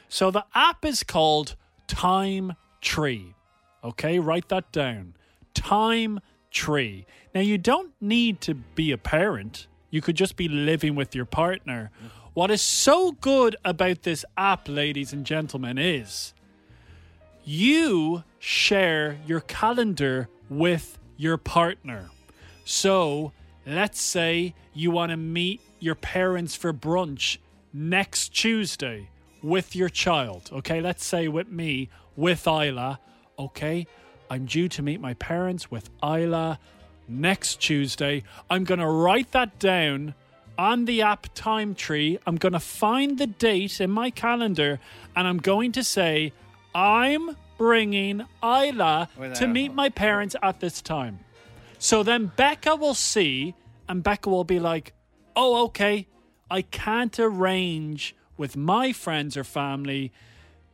[SPEAKER 2] So the app is called Time Tree. Okay, write that down. Time tree. Now, you don't need to be a parent, you could just be living with your partner. What is so good about this app, ladies and gentlemen, is you share your calendar with your partner. So, let's say you want to meet your parents for brunch next Tuesday with your child. Okay, let's say with me, with Isla. Okay, I'm due to meet my parents with Isla next Tuesday. I'm going to write that down on the app time tree. I'm going to find the date in my calendar and I'm going to say, I'm bringing Isla to meet my parents at this time. So then Becca will see, and Becca will be like, oh, okay, I can't arrange with my friends or family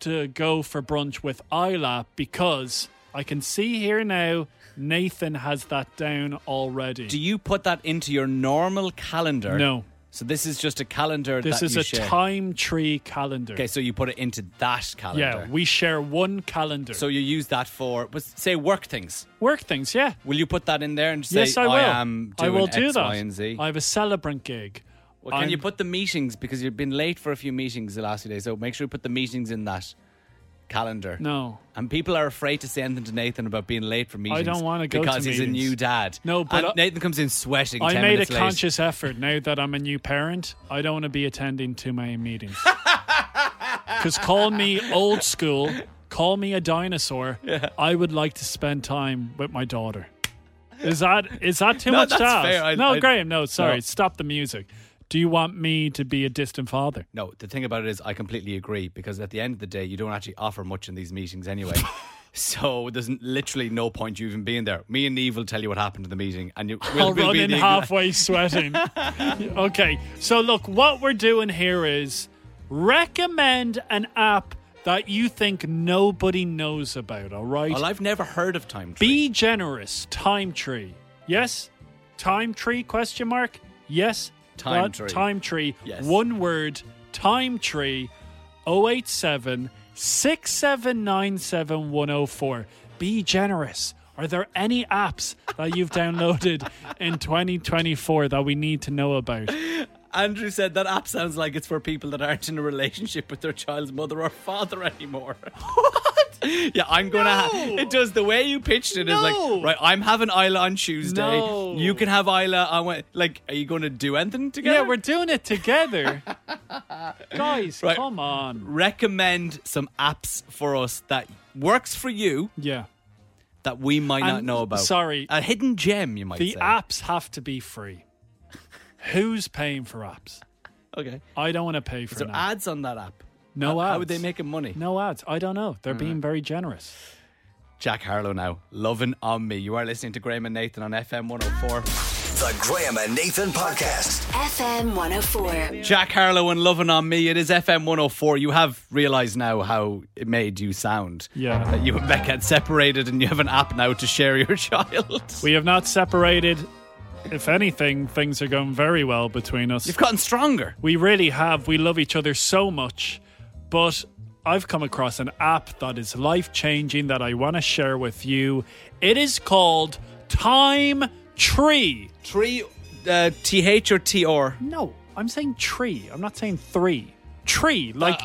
[SPEAKER 2] to go for brunch with Isla because I can see here now Nathan has that down already.
[SPEAKER 1] Do you put that into your normal calendar?
[SPEAKER 2] No.
[SPEAKER 1] So this is just a calendar.
[SPEAKER 2] this
[SPEAKER 1] that
[SPEAKER 2] is
[SPEAKER 1] you
[SPEAKER 2] a
[SPEAKER 1] share.
[SPEAKER 2] time tree calendar.
[SPEAKER 1] Okay, so you put it into that calendar.
[SPEAKER 2] yeah, we share one calendar.
[SPEAKER 1] So you use that for, but say work things.
[SPEAKER 2] work things, yeah.
[SPEAKER 1] Will you put that in there and say
[SPEAKER 2] yes, I will.
[SPEAKER 1] am doing
[SPEAKER 2] I will
[SPEAKER 1] X,
[SPEAKER 2] do that.
[SPEAKER 1] Y, and Z?
[SPEAKER 2] I have a celebrant gig.
[SPEAKER 1] well, can
[SPEAKER 2] I'm-
[SPEAKER 1] you put the meetings because you've been late for a few meetings the last few days? So make sure you put the meetings in that calendar.
[SPEAKER 2] No.
[SPEAKER 1] And people are afraid to say anything to Nathan about being late for meetings.
[SPEAKER 2] don't wanna go to
[SPEAKER 1] because he's
[SPEAKER 2] meetings.
[SPEAKER 1] a new dad.
[SPEAKER 2] No, but
[SPEAKER 1] And
[SPEAKER 2] I-
[SPEAKER 1] Nathan comes in sweating.
[SPEAKER 2] I
[SPEAKER 1] 10
[SPEAKER 2] made a
[SPEAKER 1] minutes late.
[SPEAKER 2] conscious effort now that I'm a new parent. I don't want to be attending too many meetings. Because call me old school, call me a dinosaur. I would like to spend time with my daughter. Is that is that too
[SPEAKER 1] No,
[SPEAKER 2] much
[SPEAKER 1] that's
[SPEAKER 2] to ask?
[SPEAKER 1] fair. I-
[SPEAKER 2] no,
[SPEAKER 1] I-
[SPEAKER 2] Graham. No, sorry.
[SPEAKER 1] No.
[SPEAKER 2] Stop the music. Do you want me to be a distant father?
[SPEAKER 1] No, the thing about it is, I completely agree because at the end of the day, you don't actually offer much in these meetings anyway. so there's n- literally no point you even being there. Me and Eve will tell you what happened in the meeting, and you will
[SPEAKER 2] I'll run
[SPEAKER 1] be
[SPEAKER 2] in
[SPEAKER 1] the exact-
[SPEAKER 2] halfway sweating. okay, so look, what we're doing here is recommend an app that you think nobody knows about, all right?
[SPEAKER 1] Well, I've never heard of Time Tree.
[SPEAKER 2] Be generous, Time Tree. Yes? Time Tree question mark? Yes.
[SPEAKER 1] Time
[SPEAKER 2] That-
[SPEAKER 1] Tree.
[SPEAKER 2] Time Tree.
[SPEAKER 1] Yes.
[SPEAKER 2] One word, Time Tree 087 6797104. Be generous. Are there any apps that you've downloaded in 2024 that we need to know about?
[SPEAKER 1] Andrew said that app sounds like it's for people that aren't in a relationship with their child's mother or father anymore. What? Yeah, I'm gonna. Ha- it does the way you pitched it is
[SPEAKER 2] No.
[SPEAKER 1] like right. I'm having Isla on Tuesday.
[SPEAKER 2] No.
[SPEAKER 1] You can have Isla. I went like, are you going to do anything together?
[SPEAKER 2] Yeah, we're doing it together. Guys,
[SPEAKER 1] Right.
[SPEAKER 2] come on.
[SPEAKER 1] recommend some apps for us that works for you
[SPEAKER 2] Yeah.
[SPEAKER 1] that we might not
[SPEAKER 2] And-
[SPEAKER 1] know about.
[SPEAKER 2] sorry.
[SPEAKER 1] a hidden gem, you might
[SPEAKER 2] The
[SPEAKER 1] say.
[SPEAKER 2] apps have to be free. Who's paying for apps?
[SPEAKER 1] Okay,
[SPEAKER 2] I don't want to pay for
[SPEAKER 1] so
[SPEAKER 2] an app.
[SPEAKER 1] ads on that app.
[SPEAKER 2] No
[SPEAKER 1] how,
[SPEAKER 2] ads.
[SPEAKER 1] How would they make Mm. money?
[SPEAKER 2] No ads. I don't know. They're being very generous.
[SPEAKER 1] Jack Harlow now, loving on me. You are listening to Graham and Nathan on FM 104.
[SPEAKER 4] The Graham and Nathan Podcast.
[SPEAKER 5] FM 104.
[SPEAKER 1] Jack Harlow and Loving on Me. It is FM 104. You have realised now how it made you sound.
[SPEAKER 2] Yeah.
[SPEAKER 1] That you and Beck had separated and you have an app now to share your child.
[SPEAKER 2] We have not separated. If anything, things are going very well between us.
[SPEAKER 1] You've gotten stronger.
[SPEAKER 2] we really have. We love each other so much. But I've come across an app that is life changing that I want to share with you. It is called Time Tree.
[SPEAKER 1] Tree, uh, TH or TR?
[SPEAKER 2] No, I'm saying tree. I'm not saying three. Tree. Like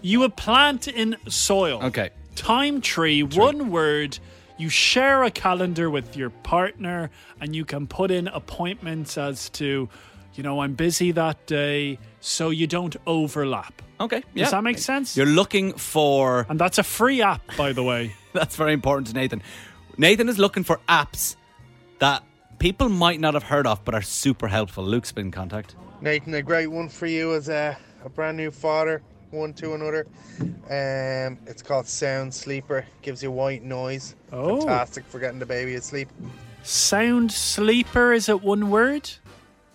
[SPEAKER 2] you would plant in soil.
[SPEAKER 1] Uh, Okay.
[SPEAKER 2] Time tree, one word. You share a calendar with your partner and you can put in appointments as to, you know, I'm busy that day, so you don't overlap.
[SPEAKER 1] Okay. Yeah.
[SPEAKER 2] Does that make sense?
[SPEAKER 1] You're looking for.
[SPEAKER 2] and that's a free app, by the way.
[SPEAKER 1] That's very important to Nathan. Nathan is looking for apps that people might not have heard of but are super helpful. Luke's been in contact.
[SPEAKER 11] Nathan, a great one for you as a, a brand new father, one to another. Um, it's called Sound Sleeper. Gives you white noise.
[SPEAKER 2] Oh.
[SPEAKER 11] Fantastic for getting the baby asleep.
[SPEAKER 2] Sound sleeper, is it one word?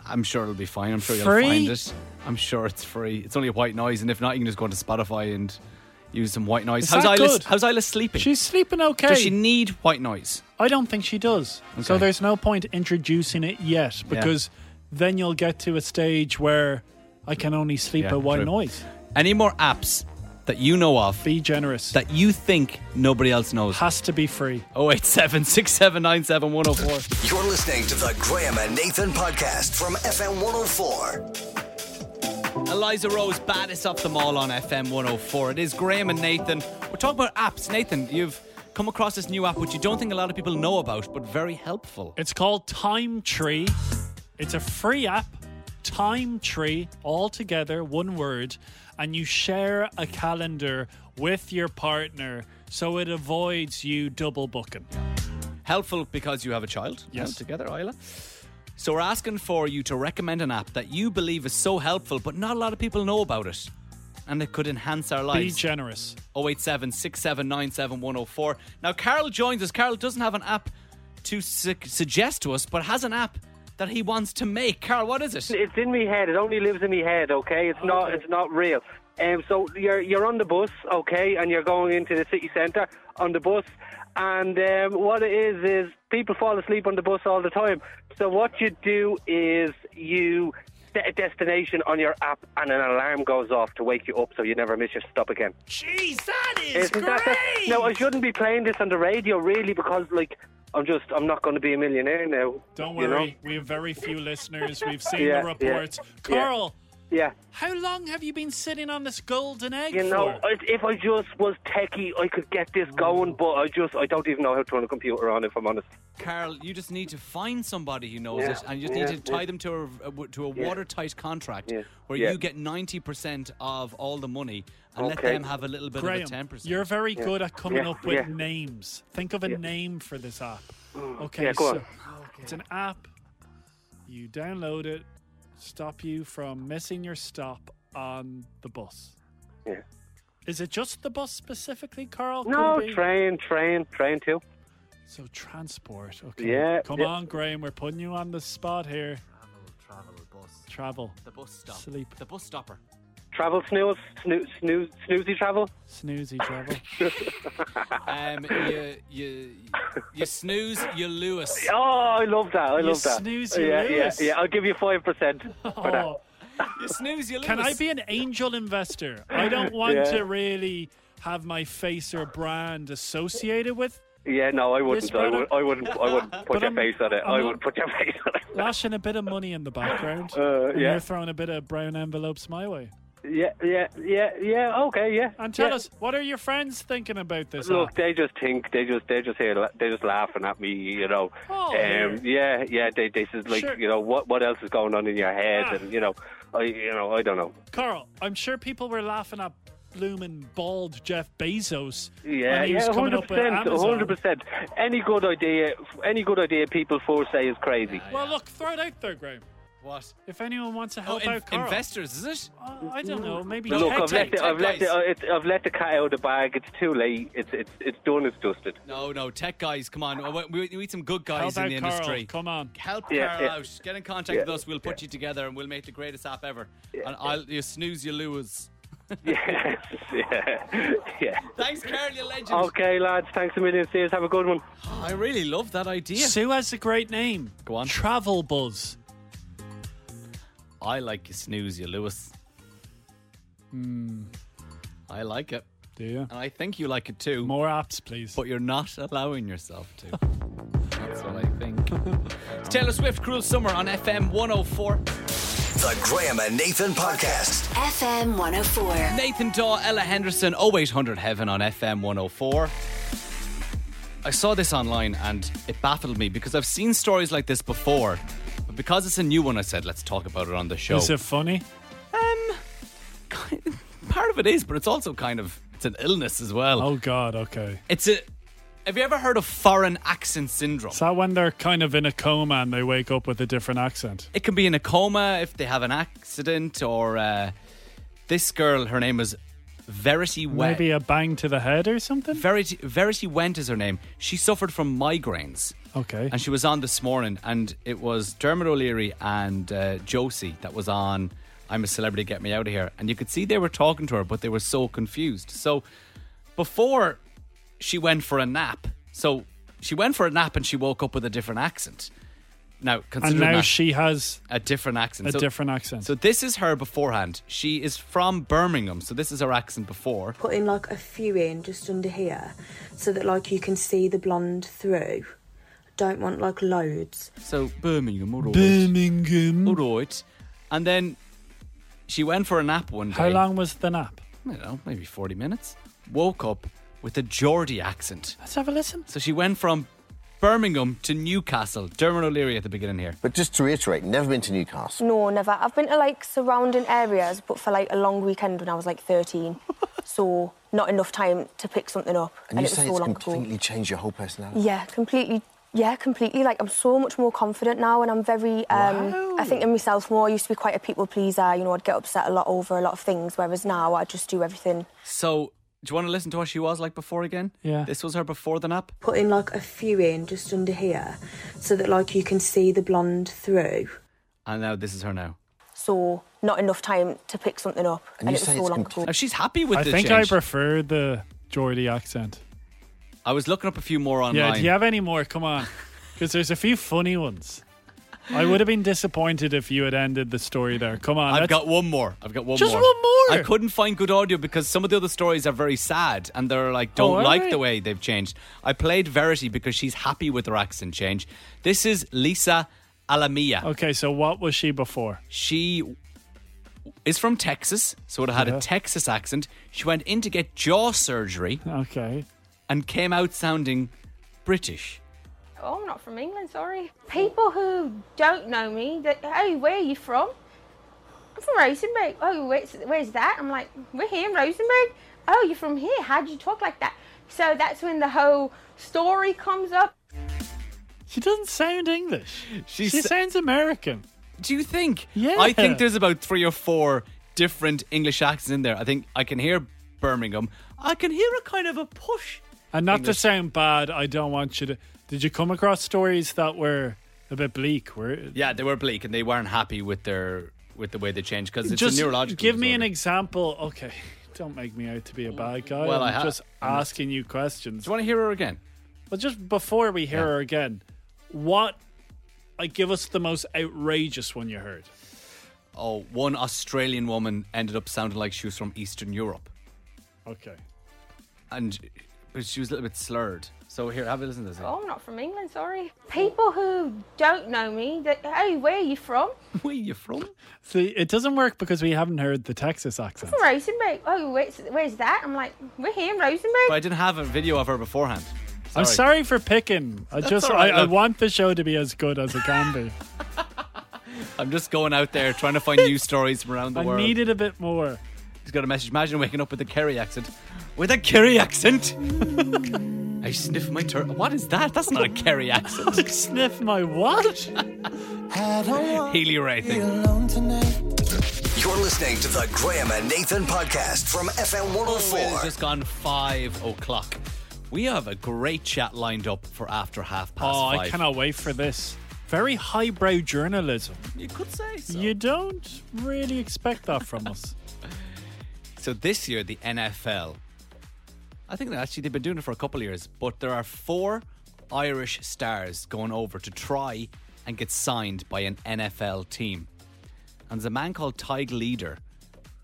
[SPEAKER 1] I'm sure it'll be fine. I'm sure
[SPEAKER 2] Free?
[SPEAKER 1] you'll find it. I'm sure it's free. It's only a white noise, and if not, you can just go onto Spotify and use some white noise.
[SPEAKER 2] Is
[SPEAKER 1] how's
[SPEAKER 2] that
[SPEAKER 1] Isla?
[SPEAKER 2] good?
[SPEAKER 1] How's Isla sleeping?
[SPEAKER 2] She's sleeping okay.
[SPEAKER 1] Does she need white noise?
[SPEAKER 2] I don't think she does. So
[SPEAKER 1] Okay.
[SPEAKER 2] there's no point introducing it yet because then you'll get to a stage where I can only sleep
[SPEAKER 1] Yeah,
[SPEAKER 2] at white
[SPEAKER 1] true.
[SPEAKER 2] noise.
[SPEAKER 1] Any more apps that you know of
[SPEAKER 2] Be generous.
[SPEAKER 1] that you think nobody else knows?
[SPEAKER 2] has to be free.
[SPEAKER 1] Oh eight seven six seven nine seven one zero four.
[SPEAKER 4] You're listening to the Graham and Nathan Podcast from FM 104.
[SPEAKER 1] Eliza Rose, baddest of them all on FM 104. It is Graham and Nathan. We're talking about apps. Nathan, you've come across this new app which you don't think a lot of people know about, but very helpful.
[SPEAKER 2] It's called Time Tree. It's a free app, Time Tree, all together, one word, and you share a calendar with your partner so it avoids you double booking.
[SPEAKER 1] helpful because you have a child.
[SPEAKER 2] Yes.
[SPEAKER 1] Now together, Isla. So we're asking for you to recommend an app that you believe is so helpful, but not a lot of people know about it, and it could enhance our
[SPEAKER 2] Be
[SPEAKER 1] lives.
[SPEAKER 2] generous.
[SPEAKER 1] 087 6797 104. Now, Carol joins us. Carol doesn't have an app to su- suggest to us, but has an app that he wants to make. Carol, what is it?
[SPEAKER 12] It's in me head. It only lives in me head. Okay, it's not. It's not real. Um, so you're you're on the bus, okay, and you're going into the city centre on the bus, and um, what it is is people fall asleep on the bus all the time. So what you do is you set a destination on your app, and an alarm goes off to wake you up, so you never miss your stop again.
[SPEAKER 2] Jeez, that
[SPEAKER 12] Isn't that the- no, I shouldn't be playing this on the radio, really, because like I'm just I'm not going to be a millionaire now.
[SPEAKER 2] Don't
[SPEAKER 12] you know?
[SPEAKER 2] worry, we have very few listeners. We've seen
[SPEAKER 12] Yeah,
[SPEAKER 2] the
[SPEAKER 12] yeah,
[SPEAKER 2] reports.
[SPEAKER 12] yeah.
[SPEAKER 2] Carl,
[SPEAKER 12] Yeah.
[SPEAKER 2] how long have you been sitting on this golden egg
[SPEAKER 12] You know,
[SPEAKER 2] for?
[SPEAKER 12] if- if I just was techie, I could get this going, but I just, I don't even know how to turn a computer on, if I'm honest.
[SPEAKER 1] Carol, you just need to find somebody who knows
[SPEAKER 12] Yeah,
[SPEAKER 1] it, and you just
[SPEAKER 12] yeah,
[SPEAKER 1] need to tie
[SPEAKER 12] yeah.
[SPEAKER 1] them to a, a- to a
[SPEAKER 12] Yeah.
[SPEAKER 1] watertight contract
[SPEAKER 12] Yeah,
[SPEAKER 1] where
[SPEAKER 12] yeah.
[SPEAKER 1] you get 90% of all the money and let
[SPEAKER 12] Okay.
[SPEAKER 1] them have a little bit
[SPEAKER 2] Graham,
[SPEAKER 1] of the 10%.
[SPEAKER 2] you're very good at coming
[SPEAKER 12] Yeah,
[SPEAKER 2] up with
[SPEAKER 12] yeah. Mm.
[SPEAKER 2] names. Think of a name for this app. Okay,
[SPEAKER 12] Yeah, go
[SPEAKER 2] so
[SPEAKER 12] on.
[SPEAKER 2] it's an app. You download it, stop you from missing your stop on the bus.
[SPEAKER 12] Yeah.
[SPEAKER 2] Is it just the bus specifically, Carl? Could
[SPEAKER 12] No,
[SPEAKER 2] it be?
[SPEAKER 12] train, train, train too.
[SPEAKER 2] So transport. Okay.
[SPEAKER 12] Yeah,
[SPEAKER 2] Come
[SPEAKER 12] yeah.
[SPEAKER 2] on, Graham. We're putting you on the spot here. Travel.
[SPEAKER 1] The bus stop.
[SPEAKER 2] Sleep.
[SPEAKER 1] The bus stopper.
[SPEAKER 12] Travel snooze? Snoo- snoo- snoozy travel?
[SPEAKER 2] Snoozy travel.
[SPEAKER 1] um, you, you, you snooze, you Lewis.
[SPEAKER 12] Oh, I love that. I
[SPEAKER 1] You
[SPEAKER 12] love that.
[SPEAKER 1] snooze, you
[SPEAKER 12] yeah,
[SPEAKER 1] lose.
[SPEAKER 12] yeah, yeah. I'll give you 5% for that.
[SPEAKER 2] Oh,
[SPEAKER 1] You snooze, you lose.
[SPEAKER 2] Can I be an angel investor? I don't want
[SPEAKER 12] Yeah.
[SPEAKER 2] to really have my face or brand associated with.
[SPEAKER 12] Yeah, no, I wouldn't. I,
[SPEAKER 2] This brother-
[SPEAKER 12] would, I wouldn't. I wouldn't put your face on it. I
[SPEAKER 2] not-
[SPEAKER 12] wouldn't put your face on it.
[SPEAKER 2] Lashing a bit of money in the background.
[SPEAKER 12] Uh,
[SPEAKER 2] and
[SPEAKER 12] yeah.
[SPEAKER 2] You're throwing a bit of brown envelopes my way.
[SPEAKER 12] Yeah, yeah, yeah, yeah. Okay, yeah.
[SPEAKER 2] And tell
[SPEAKER 12] yeah.
[SPEAKER 2] us, what are your friends thinking about this?
[SPEAKER 12] Look,
[SPEAKER 2] app?
[SPEAKER 12] they just think they just they just here they just laughing at me, you know.
[SPEAKER 2] Oh,
[SPEAKER 12] um, yeah, yeah. They they says like
[SPEAKER 2] Sure.
[SPEAKER 12] you know what what else is going on in your head
[SPEAKER 2] Ah.
[SPEAKER 12] and you know I you know I don't know.
[SPEAKER 2] Carl, I'm sure people were laughing at blooming bald Jeff Bezos
[SPEAKER 12] Yeah,
[SPEAKER 2] when he was
[SPEAKER 12] yeah,
[SPEAKER 2] coming
[SPEAKER 12] hundred
[SPEAKER 2] up with
[SPEAKER 12] percent,
[SPEAKER 2] Amazon.
[SPEAKER 12] hundred percent. Any good idea, any good idea, people force say is crazy.
[SPEAKER 2] Well, look, throw it out there, Graham.
[SPEAKER 1] What?
[SPEAKER 2] If anyone wants to
[SPEAKER 1] Oh,
[SPEAKER 2] help
[SPEAKER 1] in-
[SPEAKER 2] out Carl.
[SPEAKER 1] investors, is it?
[SPEAKER 2] Uh, I don't know. Maybe
[SPEAKER 12] Look,
[SPEAKER 2] Ted
[SPEAKER 12] I've left
[SPEAKER 2] Ted
[SPEAKER 12] it. I've left it.
[SPEAKER 2] guys.
[SPEAKER 12] uh, It's, I've let the cat out of the bag. It's too late. It's it's it's done. It's dusted.
[SPEAKER 1] No, no, tech guys, come on. We- We, we need some good guys
[SPEAKER 2] Help
[SPEAKER 1] in the
[SPEAKER 2] out Carl,
[SPEAKER 1] industry.
[SPEAKER 2] Come on.
[SPEAKER 1] Help
[SPEAKER 12] Yeah,
[SPEAKER 1] Carl
[SPEAKER 12] yeah.
[SPEAKER 1] out. Get in contact
[SPEAKER 12] Yeah,
[SPEAKER 1] with us. We'll put you together and we'll make the greatest app ever. and I'll you snooze, you lose.
[SPEAKER 12] Yes. yeah. Yeah.
[SPEAKER 1] Thanks, Carl, you legend.
[SPEAKER 12] Okay, lads. Thanks a million. Cheers. Have a good one.
[SPEAKER 1] I really love that idea.
[SPEAKER 2] Sue has a great name.
[SPEAKER 1] Go on.
[SPEAKER 2] Travel Buzz.
[SPEAKER 1] I like you snooze, you Lewis. I like it.
[SPEAKER 2] Do you?
[SPEAKER 1] And I think you like it too.
[SPEAKER 2] More apps, please.
[SPEAKER 1] But you're not allowing yourself to. That's what I think. It's Taylor Swift, Cruel Summer on FM 104.
[SPEAKER 4] The Graham and Nathan Podcast.
[SPEAKER 5] FM 104.
[SPEAKER 1] Nathan Daw, Ella Henderson, 0800 Heaven on FM 104. I saw this online and it baffled me because I've seen stories like this before. But because it's a new one, I said, let's talk about it on the show.
[SPEAKER 2] Is it funny?
[SPEAKER 1] Part of it is, but it's also kind of, it's an illness as well.
[SPEAKER 2] Oh, God. Okay.
[SPEAKER 1] It's a, have you ever heard of foreign accent syndrome?
[SPEAKER 2] Is that when they're kind of in a coma and they wake up with a different accent?
[SPEAKER 1] It can be in a coma if they have an accident or uh, this girl, her name is Verity Webb.
[SPEAKER 2] Maybe a bang to the head or something?
[SPEAKER 1] Verity, Verity Went is her name. She suffered from migraines.
[SPEAKER 2] Okay.
[SPEAKER 1] And she was on this morning, and it was Dermot O'Leary and uh, Josie that was on I'm a Celebrity, Get Me Out of Here. And you could see they were talking to her, but they were so confused. So before she went for a nap, so she went for a nap and she woke up with a different accent. Now,
[SPEAKER 2] And
[SPEAKER 1] considering
[SPEAKER 2] now
[SPEAKER 1] that,
[SPEAKER 2] she has
[SPEAKER 1] a different accent.
[SPEAKER 2] a
[SPEAKER 1] So-
[SPEAKER 2] different accent.
[SPEAKER 1] So this is her beforehand. She is from Birmingham, so this is her accent before.
[SPEAKER 13] put in like a few in just under here so that like you can see the blonde through don't want like loads
[SPEAKER 1] So Birmingham, all right.
[SPEAKER 2] Birmingham.
[SPEAKER 1] All right. And then she went for a nap one day.
[SPEAKER 2] How long was the nap?
[SPEAKER 1] I don't know, maybe 40 minutes. Woke up with a Geordie accent.
[SPEAKER 2] Let's have a listen.
[SPEAKER 1] So she went from Birmingham to Newcastle. Dermot O'Leary at the beginning here.
[SPEAKER 14] But just to reiterate, never been to Newcastle.
[SPEAKER 15] No, never. I've been to like surrounding areas, but for like a long weekend when I was like 13. so not enough time to pick something up,
[SPEAKER 14] And you
[SPEAKER 15] it was
[SPEAKER 14] say
[SPEAKER 15] so
[SPEAKER 14] it's
[SPEAKER 15] long
[SPEAKER 14] completely
[SPEAKER 15] ago.
[SPEAKER 14] changed your whole personality.
[SPEAKER 15] Yeah, completely. Yeah, completely. Like I'm so much more confident now, and I'm very. Um, I think in myself more. I used to be quite a people pleaser. Uh, You know, I'd get upset a lot over a lot of things, whereas now I just do everything.
[SPEAKER 1] So do you want to listen to what she was like before again?
[SPEAKER 2] Yeah.
[SPEAKER 1] This was her before the nap.
[SPEAKER 13] put in like a few in just under here so that like you can see the blonde through
[SPEAKER 1] And now this is her now.
[SPEAKER 15] So not enough time to pick something up, and,
[SPEAKER 1] And you
[SPEAKER 15] it was
[SPEAKER 1] say
[SPEAKER 15] so
[SPEAKER 1] it's
[SPEAKER 15] long
[SPEAKER 1] compl-
[SPEAKER 15] ago.
[SPEAKER 1] Now, she's happy with
[SPEAKER 2] I
[SPEAKER 1] the
[SPEAKER 2] think I
[SPEAKER 1] change.
[SPEAKER 2] prefer the Geordie accent.
[SPEAKER 1] I was looking up a few more online.
[SPEAKER 2] Yeah, do you have any more? Come on. Because there's a few funny ones. I would have been disappointed if you had ended the story there. Come on.
[SPEAKER 1] I've
[SPEAKER 2] let's-
[SPEAKER 1] got one more. I've got one
[SPEAKER 2] Just
[SPEAKER 1] more.
[SPEAKER 2] one more?
[SPEAKER 1] I couldn't find good audio because some of the other stories are very sad and they're like don't
[SPEAKER 2] all
[SPEAKER 1] like
[SPEAKER 2] right.
[SPEAKER 1] the way they've changed. I played Verity because she's happy with her accent change. This is Lisa Alamia.
[SPEAKER 2] Okay, so what was she before?
[SPEAKER 1] She is from Texas, so it had
[SPEAKER 2] Yeah.
[SPEAKER 1] a Texas accent. She went in to get jaw surgery
[SPEAKER 2] Okay.
[SPEAKER 1] and came out sounding British.
[SPEAKER 16] Oh, I'm not from England, sorry. People who don't know me, they, hey, where are you from? I'm from Rosenberg. Oh, where's, where's that? I'm like, we're here in Rosenberg. Oh, you're from here. How'd you talk like that? So that's when the whole story comes up.
[SPEAKER 2] She doesn't sound English.
[SPEAKER 1] She
[SPEAKER 2] she
[SPEAKER 1] sa-
[SPEAKER 2] sounds American.
[SPEAKER 1] Do you think?
[SPEAKER 2] Yeah.
[SPEAKER 1] I think there's about three or four different English accents in there. I think I can hear Birmingham. I can hear a kind of a push.
[SPEAKER 2] And not
[SPEAKER 1] English.
[SPEAKER 2] to sound bad, I don't want you to. Did you come across stories that were a bit bleak? Were
[SPEAKER 1] Yeah, they were bleak and they weren't happy with their with the way they change because it's
[SPEAKER 2] just
[SPEAKER 1] a neurological.
[SPEAKER 2] give me an example. Okay, don't make me out to be a bad guy.
[SPEAKER 1] Well,
[SPEAKER 2] I'm
[SPEAKER 1] I ha-
[SPEAKER 2] just
[SPEAKER 1] I'm not-
[SPEAKER 2] asking you questions. Do you
[SPEAKER 1] want to hear her again?
[SPEAKER 2] Well, just before we hear
[SPEAKER 1] Yeah.
[SPEAKER 2] her again, what? Like, give us the most outrageous one you heard.
[SPEAKER 1] Oh, one Australian woman ended up sounding like she was from Eastern Europe,
[SPEAKER 2] Okay.
[SPEAKER 1] and but she was a little bit slurred. So here, have a listen to this.
[SPEAKER 16] Oh, I'm not from England, sorry. People who don't know me, they, hey, where are you from?
[SPEAKER 1] Where are you from?
[SPEAKER 2] See, it doesn't work because we haven't heard the Texas accent.
[SPEAKER 16] From Rosenberg. Oh, where's, where's that? I'm like, we're here in Rosenberg.
[SPEAKER 1] But I didn't have a video of her beforehand.
[SPEAKER 2] I'm sorry for picking. I
[SPEAKER 1] That's
[SPEAKER 2] just
[SPEAKER 1] all right,
[SPEAKER 2] I, I
[SPEAKER 1] look.
[SPEAKER 2] want the show to be as good as it can be.
[SPEAKER 1] I'm just going out there trying to find new stories from around the
[SPEAKER 2] I
[SPEAKER 1] world.
[SPEAKER 2] needed a bit more.
[SPEAKER 1] He's got a message. Imagine waking up with a Kerry accent. With a Kerry accent? I sniff my tur. What is that? That's not a Kerry accent.
[SPEAKER 2] Sniff my what?
[SPEAKER 1] Healy Ray thing.
[SPEAKER 4] You're listening to the Graham and Nathan podcast from FM
[SPEAKER 1] It has
[SPEAKER 4] 104.
[SPEAKER 1] just gone five o'clock. We have a great chat lined up for after half past
[SPEAKER 2] Oh,
[SPEAKER 1] five.
[SPEAKER 2] I cannot wait for this. Very highbrow journalism.
[SPEAKER 1] You could say so.
[SPEAKER 2] You don't really expect that from us.
[SPEAKER 1] So this year, the NFL, I think that actually they've been doing it for a couple of years, but there are four Irish stars going over to try and get signed by an NFL team. And there's a man called Tig Leader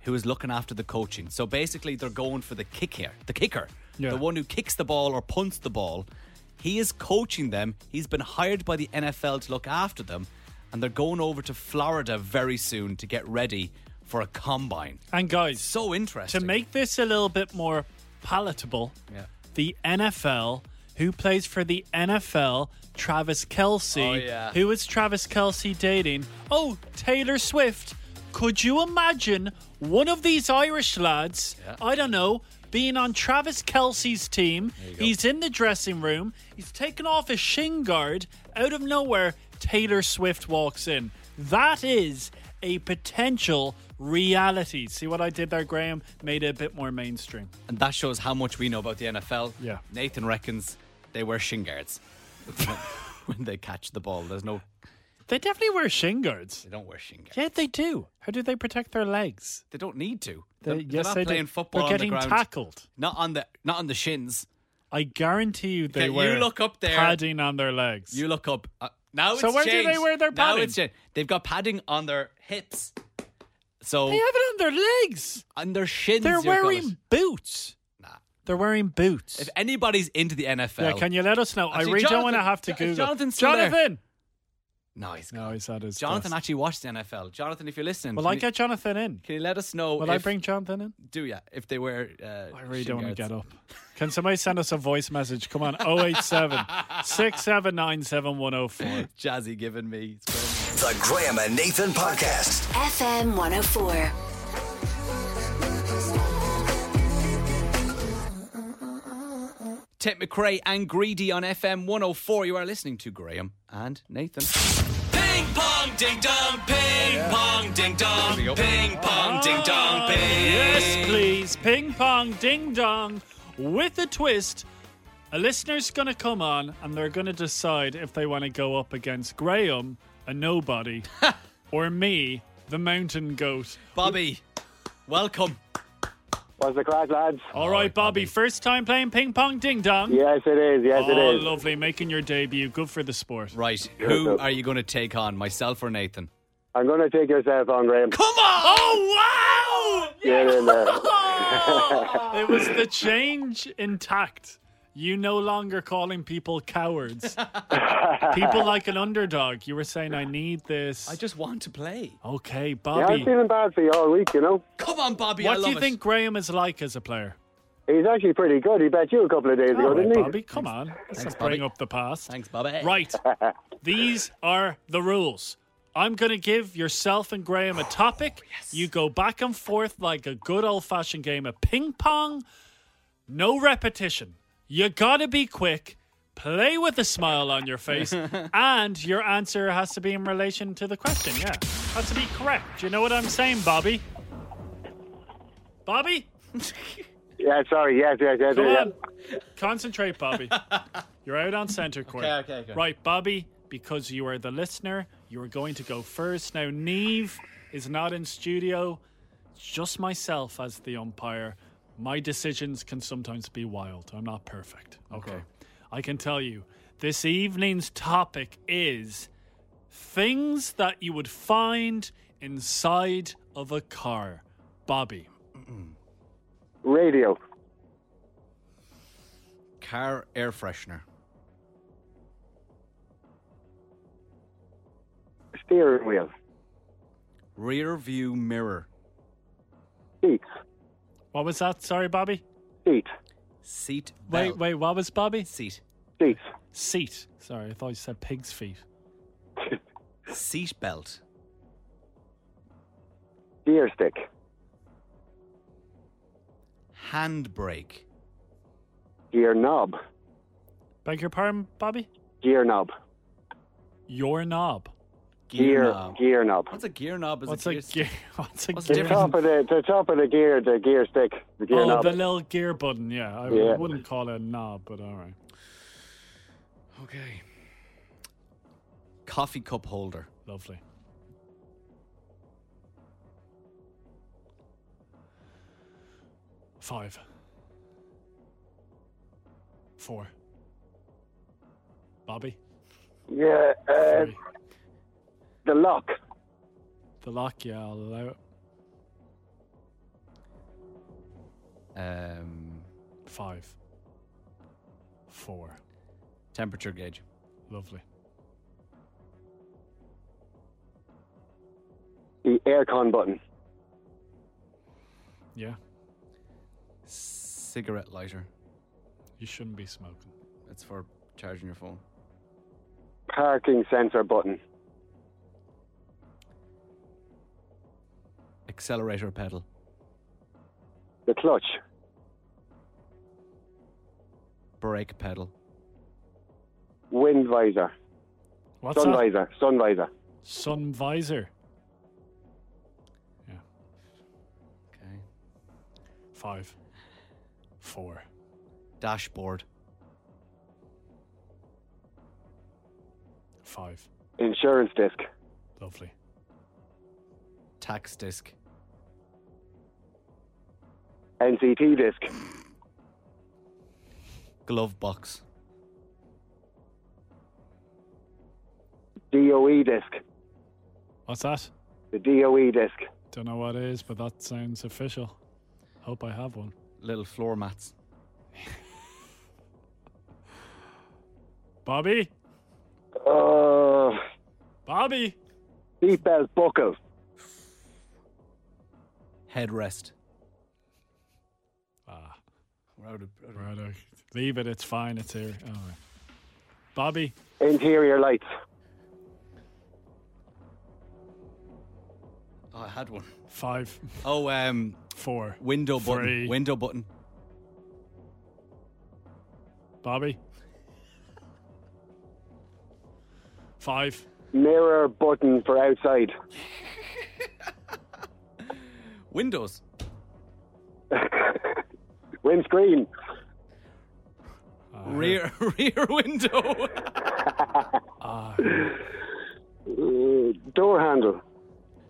[SPEAKER 1] who is looking after the coaching. So basically, they're going for the kick here, the kicker,
[SPEAKER 2] Yeah.
[SPEAKER 1] the one who kicks the ball or punts the ball. He is coaching them. He's been hired by the NFL to look after them, and they're going over to Florida very soon to get ready for a combine.
[SPEAKER 2] And guys,
[SPEAKER 1] so interesting.
[SPEAKER 2] To make this a little bit more palatable,
[SPEAKER 1] Yeah.
[SPEAKER 2] the NFL, who plays for the NFL, Travis Kelsey.
[SPEAKER 1] Oh, yeah.
[SPEAKER 2] Who is Travis Kelsey dating? Oh, Taylor Swift. Could you imagine one of these Irish lads, I don't know, being on Travis Kelsey's team? He's in the dressing room, he's taken off his shin guard. Out of nowhere, Taylor Swift walks in. That is a potential reality. See what I did there, Graham? Made it a bit more mainstream.
[SPEAKER 1] And that shows how much we know about the NFL.
[SPEAKER 2] Yeah.
[SPEAKER 1] Nathan reckons they wear shin guards when- when they catch the ball. There's no.
[SPEAKER 2] They definitely wear shin guards.
[SPEAKER 1] They don't wear shin guards.
[SPEAKER 2] Yeah, they do. How do they protect their legs?
[SPEAKER 1] They don't need to.
[SPEAKER 2] They-
[SPEAKER 1] They're, they're
[SPEAKER 2] yes,
[SPEAKER 1] not
[SPEAKER 2] they do.
[SPEAKER 1] playing football
[SPEAKER 2] They're
[SPEAKER 1] on the
[SPEAKER 2] getting
[SPEAKER 1] ground.
[SPEAKER 2] tackled.
[SPEAKER 1] Not on the not on the shins.
[SPEAKER 2] I guarantee you they
[SPEAKER 1] Can you
[SPEAKER 2] wear
[SPEAKER 1] look up there?
[SPEAKER 2] padding on their legs.
[SPEAKER 1] You look up. Uh, now
[SPEAKER 2] So
[SPEAKER 1] it's
[SPEAKER 2] where do they
[SPEAKER 1] changed.
[SPEAKER 2] wear their
[SPEAKER 1] Now
[SPEAKER 2] padding?
[SPEAKER 1] it's changed. They've got padding on their hips. So
[SPEAKER 2] They have it on their legs.
[SPEAKER 1] on their shins.
[SPEAKER 2] They're
[SPEAKER 1] you've got it.
[SPEAKER 2] wearing boots. Nah. They're wearing boots.
[SPEAKER 1] If anybody's into the NFL,
[SPEAKER 2] Yeah, can you let us know?
[SPEAKER 1] Actually,
[SPEAKER 2] I really don't want to
[SPEAKER 1] Jonathan-
[SPEAKER 2] have to
[SPEAKER 1] Jo-
[SPEAKER 2] Google.
[SPEAKER 1] Jonathan's still there.
[SPEAKER 2] Jonathan.
[SPEAKER 1] No, he's
[SPEAKER 2] no, he's at his.
[SPEAKER 1] Jonathan
[SPEAKER 2] desk.
[SPEAKER 1] actually watched the NFL. Jonathan, if you're listening,
[SPEAKER 2] Will
[SPEAKER 1] can
[SPEAKER 2] I
[SPEAKER 1] you-
[SPEAKER 2] get Jonathan in?
[SPEAKER 1] Can you let us know?
[SPEAKER 2] Will I
[SPEAKER 1] Oh, if-
[SPEAKER 2] bring Jonathan in?
[SPEAKER 1] Do yeah. If they wear, uh,
[SPEAKER 2] I really don't want to get up. Can somebody send us a voice message? Come on, 087 679 7104.
[SPEAKER 1] Jazzy giving me.
[SPEAKER 4] The Graham and Nathan podcast.
[SPEAKER 5] FM 104.
[SPEAKER 1] Tit McRae and Greedy on FM 104. You are listening to Graham and Nathan. Ping pong ding dong, ping pong ding dong, ping pong ding dong,
[SPEAKER 2] Ah,
[SPEAKER 1] ping.
[SPEAKER 2] Yes, please. Ping pong, ding dong. With a twist, a listener's going to come on and they're going to decide if they want to go up against Graham, a nobody, or me, the mountain goat.
[SPEAKER 1] Bobby, welcome.
[SPEAKER 17] What's the crack, lads?
[SPEAKER 2] All right, Oh, Bobby, first time playing ping pong, ding dong.
[SPEAKER 17] Yes, it is. Yes,
[SPEAKER 2] oh,
[SPEAKER 17] it is.
[SPEAKER 2] lovely. Making your debut. Good for the sport.
[SPEAKER 1] Right. Who are you going to take on, myself or Nathan?
[SPEAKER 17] I'm going to take yourself on, Graham.
[SPEAKER 1] Come on!
[SPEAKER 2] Oh, wow!
[SPEAKER 17] Get in there.
[SPEAKER 2] It was the change intact. You no longer calling people cowards. people like an underdog. You were saying, I need this. I
[SPEAKER 1] just want to play.
[SPEAKER 2] Oh. Okay,
[SPEAKER 17] yeah, I'm
[SPEAKER 2] Bobby.
[SPEAKER 17] feeling bad for you all week, you know.
[SPEAKER 1] Come on, Bobby. I
[SPEAKER 2] what do
[SPEAKER 1] love
[SPEAKER 2] you
[SPEAKER 1] it.
[SPEAKER 2] think Graham is like as a player?
[SPEAKER 17] He's actually pretty good. He bet you a couple of days
[SPEAKER 2] All
[SPEAKER 17] ago,
[SPEAKER 2] right,
[SPEAKER 17] didn't he?
[SPEAKER 2] Bobby, come on. Let's not
[SPEAKER 1] Bobby.
[SPEAKER 2] bring up the past.
[SPEAKER 1] Thanks, Bobby.
[SPEAKER 2] Right. These are the rules. I'm going to give yourself and Graham a topic. You go back and forth like a good old fashioned game of ping pong. No repetition. You got to be quick, play with a smile on your face, and your answer has to be in relation to the question. Yeah. Has to be correct. Do you know what I'm saying, Bobby? Bobby?
[SPEAKER 17] Yeah, sorry. Yes, yes, yes.
[SPEAKER 2] Come
[SPEAKER 17] yes.
[SPEAKER 2] on. Concentrate, Bobby. You're out on center court.
[SPEAKER 1] Okay, okay, okay.
[SPEAKER 2] Right, Bobby, because you are the listener, you are going to go first. Now, Neve, is not in studio. It's just myself as the umpire. My decisions can sometimes be wild. I'm not perfect. Okay. I can tell you this evening's topic is things that you would find inside of a car. Bobby.
[SPEAKER 17] Radio.
[SPEAKER 1] Car air freshener.
[SPEAKER 17] Steering wheel.
[SPEAKER 1] Rear view mirror.
[SPEAKER 17] Seats.
[SPEAKER 2] What was that? Sorry, Bobby.
[SPEAKER 17] Seat.
[SPEAKER 1] Seat.
[SPEAKER 2] Wait, wait. What was Bobby?
[SPEAKER 1] Seat.
[SPEAKER 17] Seats.
[SPEAKER 2] Seat. Sorry, I thought you said pig's feet.
[SPEAKER 1] Seat belt.
[SPEAKER 17] Gear stick.
[SPEAKER 1] Handbrake.
[SPEAKER 17] Gear knob.
[SPEAKER 2] Beg your pardon, Bobby.
[SPEAKER 17] Gear knob.
[SPEAKER 2] Your knob.
[SPEAKER 17] Gear. Gear knob.
[SPEAKER 1] What's a gear knob? Is
[SPEAKER 2] What's a gear? What's a
[SPEAKER 17] The
[SPEAKER 2] gear?
[SPEAKER 17] top of the the top of the gear, the gear stick, the gear
[SPEAKER 2] oh,
[SPEAKER 17] knob.
[SPEAKER 2] the little gear button. Yeah, I
[SPEAKER 17] Yeah.
[SPEAKER 2] wouldn't call it a knob, but all right.
[SPEAKER 1] Okay. Coffee cup holder.
[SPEAKER 2] Lovely. Five. Four. Bobby,
[SPEAKER 17] Yeah, uh, the lock.
[SPEAKER 2] the lock. Yeah, I'll allow it.
[SPEAKER 1] Um,
[SPEAKER 2] Five. Four.
[SPEAKER 1] Temperature gauge.
[SPEAKER 2] Lovely.
[SPEAKER 17] The aircon button.
[SPEAKER 2] Yeah,
[SPEAKER 1] Cigarette lighter.
[SPEAKER 2] you shouldn't be smoking.
[SPEAKER 1] It's for charging your phone.
[SPEAKER 17] Parking sensor button.
[SPEAKER 1] Accelerator pedal.
[SPEAKER 17] The clutch.
[SPEAKER 1] Brake pedal.
[SPEAKER 17] Wind visor.
[SPEAKER 2] What's
[SPEAKER 17] sun
[SPEAKER 2] that?
[SPEAKER 17] visor. Sun visor.
[SPEAKER 2] Sun visor. Yeah.
[SPEAKER 1] Okay.
[SPEAKER 2] Five. Four.
[SPEAKER 1] Dashboard.
[SPEAKER 2] Five.
[SPEAKER 17] Insurance disc.
[SPEAKER 2] Lovely.
[SPEAKER 1] Tax disc.
[SPEAKER 17] NCT disc.
[SPEAKER 1] Glove box.
[SPEAKER 17] DOE E disc.
[SPEAKER 2] What's that?
[SPEAKER 17] The DOE disc.
[SPEAKER 2] Don't know what it is, but that sounds official. Hope I have one.
[SPEAKER 1] Little floor mats.
[SPEAKER 2] Bobby?
[SPEAKER 17] Uh,
[SPEAKER 2] Bobby?
[SPEAKER 17] seatbelt buckle.
[SPEAKER 1] Headrest.
[SPEAKER 2] Ah.
[SPEAKER 1] We're out of- out of-
[SPEAKER 2] Right, okay. leave it. It's fine. It's here. All right. Bobby?
[SPEAKER 17] Interior lights.
[SPEAKER 1] Oh, I had one.
[SPEAKER 2] Five.
[SPEAKER 1] Oh, um,
[SPEAKER 2] Four.
[SPEAKER 1] window button.
[SPEAKER 2] Three.
[SPEAKER 1] Window button.
[SPEAKER 2] Bobby? Five.
[SPEAKER 17] Mirror button for outside.
[SPEAKER 1] Windows.
[SPEAKER 17] Windscreen. uh,
[SPEAKER 1] Rear rear window.
[SPEAKER 17] Uh, door handle.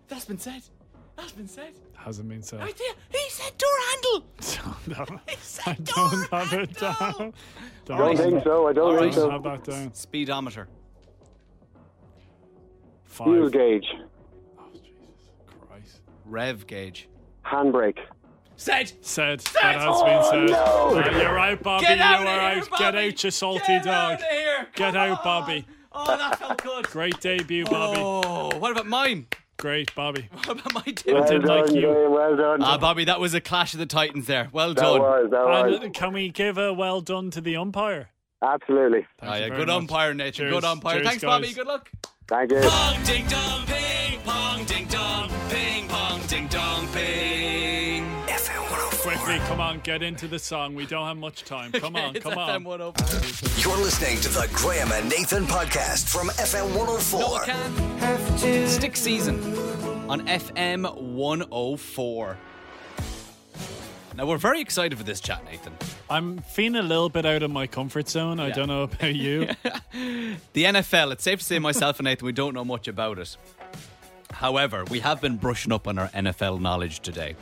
[SPEAKER 1] That's been said. That's been said.
[SPEAKER 2] Hasn't been said.
[SPEAKER 1] Right there. He said door handle.
[SPEAKER 2] No,
[SPEAKER 1] He
[SPEAKER 2] I
[SPEAKER 1] said door
[SPEAKER 2] don't have it
[SPEAKER 17] I
[SPEAKER 2] down.
[SPEAKER 17] don't think so. I don't think
[SPEAKER 2] have
[SPEAKER 17] so.
[SPEAKER 2] that down.
[SPEAKER 1] Speedometer.
[SPEAKER 17] Fuel
[SPEAKER 2] Five.
[SPEAKER 17] gauge.
[SPEAKER 2] Christ.
[SPEAKER 1] Rev gauge.
[SPEAKER 17] Handbrake.
[SPEAKER 1] Said. oh,
[SPEAKER 2] Said. That has been said.
[SPEAKER 17] no!
[SPEAKER 2] Uh, you're out, Bobby.
[SPEAKER 1] Get
[SPEAKER 2] you
[SPEAKER 1] out
[SPEAKER 2] are
[SPEAKER 1] of here,
[SPEAKER 2] out. Get
[SPEAKER 1] Bobby.
[SPEAKER 2] out, you salty
[SPEAKER 1] Get
[SPEAKER 2] dog.
[SPEAKER 1] out of here.
[SPEAKER 2] Get
[SPEAKER 1] Come
[SPEAKER 2] out,
[SPEAKER 1] on.
[SPEAKER 2] Bobby.
[SPEAKER 1] Oh, that felt good.
[SPEAKER 2] Great debut, Bobby.
[SPEAKER 1] Oh, what about mine?
[SPEAKER 2] Great, Bobby.
[SPEAKER 1] What about my tip?
[SPEAKER 17] Well
[SPEAKER 2] didn't like
[SPEAKER 17] done,
[SPEAKER 2] you.
[SPEAKER 17] Graham, well done.
[SPEAKER 1] Ah, Bobby, that was a clash of the titans there. Well
[SPEAKER 17] that
[SPEAKER 1] done.
[SPEAKER 17] was, that was.
[SPEAKER 2] And can we give a well done to the umpire?
[SPEAKER 17] Absolutely.
[SPEAKER 1] Ah,
[SPEAKER 2] you
[SPEAKER 1] yeah,
[SPEAKER 2] very
[SPEAKER 1] good
[SPEAKER 2] much.
[SPEAKER 1] umpire, nature.
[SPEAKER 2] Cheers.
[SPEAKER 1] Good umpire.
[SPEAKER 2] Cheers,
[SPEAKER 1] Thanks, Bobby.
[SPEAKER 2] guys.
[SPEAKER 1] Good luck.
[SPEAKER 17] Thank you.
[SPEAKER 1] Pong ding dong ping pong ding dong ping pong ding dong ping.
[SPEAKER 4] FM 104.
[SPEAKER 2] Quickly, come on, get into the song. We don't have much time. Come on,
[SPEAKER 1] It's
[SPEAKER 2] come on.
[SPEAKER 1] FM104.
[SPEAKER 4] You're listening to the Graham and Nathan podcast from FM 104.
[SPEAKER 1] Noah can have to stick season on FM 104. Now we're very excited for this chat, Nathan.
[SPEAKER 2] I'm feeling a little bit out of my comfort zone. I don't know about you.
[SPEAKER 1] The NFL, it's safe to say myself and Nathan, we don't know much about it. However, we have been brushing up on our NFL knowledge today.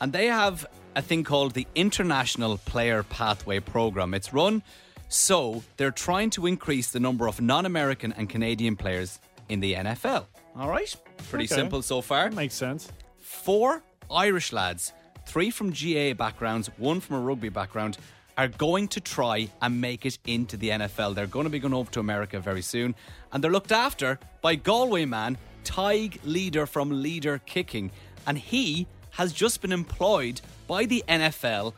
[SPEAKER 1] And they have a thing called the International Player Pathway Program. It's run so they're trying to increase the number of non American and Canadian players in the NFL. All right? Pretty
[SPEAKER 2] Okay.
[SPEAKER 1] simple so far.
[SPEAKER 2] makes sense.
[SPEAKER 1] Four Irish lads, three from GA backgrounds, one from a rugby background, are going to try and make it into the NFL. They're going to be going over to America very soon. And they're looked after by Galway man, Tig Leader from Leader Kicking. And he has just been employed by the NFL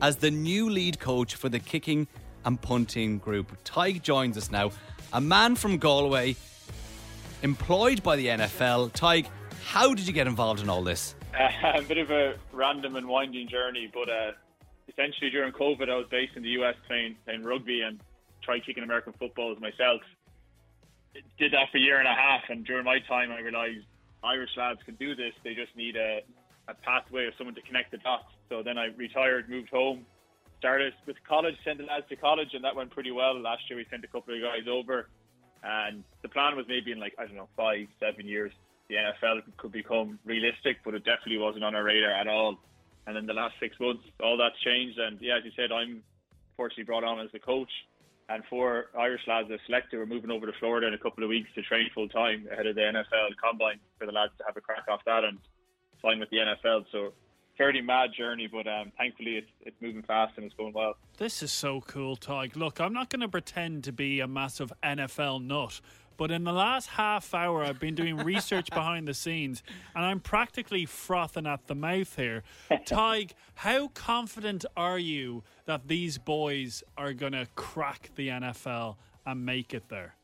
[SPEAKER 1] as the new lead coach for the kicking and punting group. Tig joins us now, a man from Galway, employed by the NFL. Tig, how did you get involved in all this?
[SPEAKER 18] Uh, a bit of a random and winding journey, but uh, essentially during COVID, I was based in the US playing, playing rugby and tried kicking American footballs myself. Did that for a year and a half, and during my time, I realised Irish lads can do this. They just need a, a pathway of someone to connect the dots. So then I retired, moved home, started with college, sent the lads to college, and that went pretty well. Last year, we sent a couple of guys over, and the plan was maybe in like I don't know five, seven years, the NFL could become realistic, but it definitely wasn't on our radar at all. And in the last six months, all that's changed. And yeah, as you said, I'm fortunately brought on as the coach. And four Irish lads that selected are moving over to Florida in a couple of weeks to train full time ahead of the NFL combine for the lads to have a crack off that and sign with the NFL. So fairly mad journey, but um, thankfully it's, it's moving fast and it's going well.
[SPEAKER 2] This is so cool, Tig. Look, I'm not going to pretend to be a massive NFL nut, but in the last half hour, I've been doing research behind the scenes and I'm practically frothing at the mouth here. Tig, how confident are you that these boys are going to crack the NFL and make it there?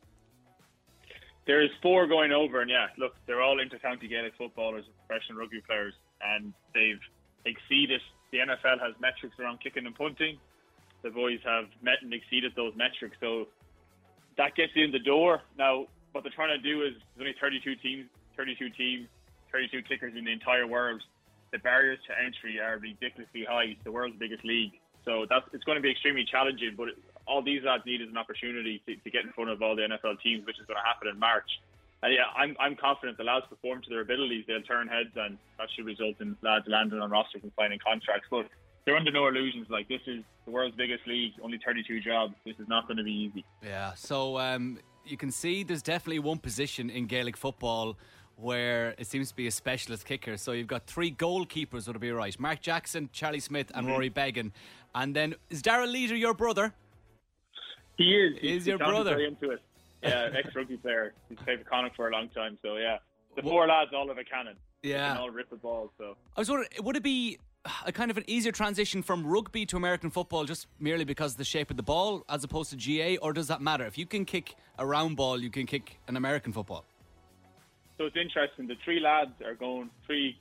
[SPEAKER 18] There's four going over, and yeah, look, they're all intercounty Gaelic footballers, professional rugby players, and they've exceeded. The NFL has metrics around kicking and punting. The boys have met and exceeded those metrics, so that gets you in the door. Now, what they're trying to do is there's only 32 teams, 32 teams, 32 kickers in the entire world. The barriers to entry are ridiculously high. It's the world's biggest league, so that's it's going to be extremely challenging. But all these lads need is an opportunity to, to get in front of all the NFL teams, which is going to happen in March. And yeah, I'm, I'm confident the lads perform to their abilities. They'll turn heads, and that should result in lads landing on rosters and signing contracts. But they're under no illusions. Like this is the world's biggest league, only 32 jobs. This is not going to be easy.
[SPEAKER 1] Yeah, so um, you can see there's definitely one position in Gaelic football where it seems to be a specialist kicker. So you've got three goalkeepers, would it be right? Mark Jackson, Charlie Smith, and
[SPEAKER 18] Mhm.
[SPEAKER 1] Rory Began. And then is Daryl Leader your brother?
[SPEAKER 18] He is. He's-
[SPEAKER 1] Is your
[SPEAKER 18] he sounds
[SPEAKER 1] brother.
[SPEAKER 18] very into it. Yeah, ex rugby player. He's played for Connacht for a long time. So yeah, the four lads all have a cannon.
[SPEAKER 1] Yeah.
[SPEAKER 18] they can all rip the ball. So
[SPEAKER 1] I was wondering, would it be a kind of an easier transition from rugby to American football just merely because of the shape of the ball as opposed to GA, or does that matter? If you can kick a round ball, you can kick an American football.
[SPEAKER 18] so it's interesting. The three lads are going. Three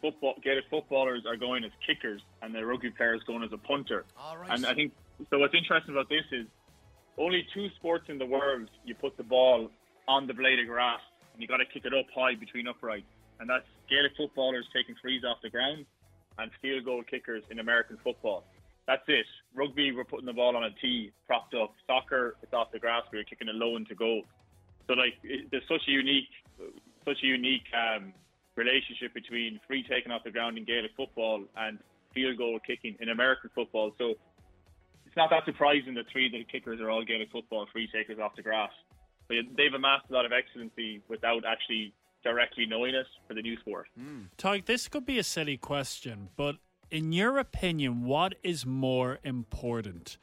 [SPEAKER 18] football Gaelic footballers are going as kickers, and the rugby player is going as a punter.
[SPEAKER 1] All right.
[SPEAKER 18] And I think so. What's interesting about this is only two sports in the world you put the ball on the blade of grass and you got to kick it up high between uprights, and that's Gaelic footballers taking frees off the ground and field goal kickers in American football. That's it. Rugby, we're putting the ball on a tee, propped up. Soccer, it's off the grass. We're kicking it low into goal. So like, it, there's such a unique, such a unique um, relationship between free taking off the ground in Gaelic football and field goal kicking in American football. So it's not that surprising that three of the kickers are all Gaelic football free takers off the grass. But they've amassed a lot of excellency without actually directly knowing it for the new sport.
[SPEAKER 2] Tug, this could be a silly question, but in your opinion, what is more important?